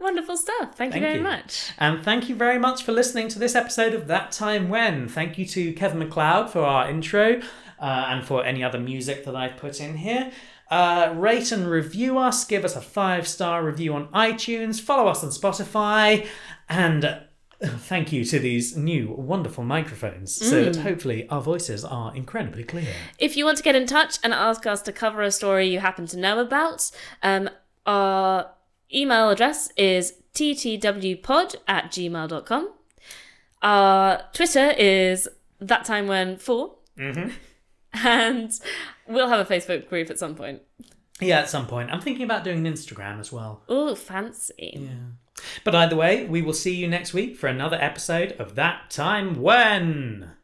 B: Wonderful stuff. Thank,
A: Thank
B: you very
A: you.
B: much.
A: And thank you very much for listening to this episode of That Time When. Thank you to Kevin McLeod for our intro uh, and for any other music that I've put in here. Uh, rate and review us, give us a five star review on iTunes, follow us on Spotify, and uh, thank you to these new wonderful microphones so that hopefully our voices are incredibly clear.
B: If you want to get in touch and ask us to cover a story you happen to know about, um, our email address is ttwpod at gmail.com. Our Twitter is that time when 4 And we'll have a Facebook group at some point.
A: Yeah, at some point. I'm thinking about doing an Instagram as well.
B: Oh, fancy.
A: But either way, we will see you next week for another episode of That Time When.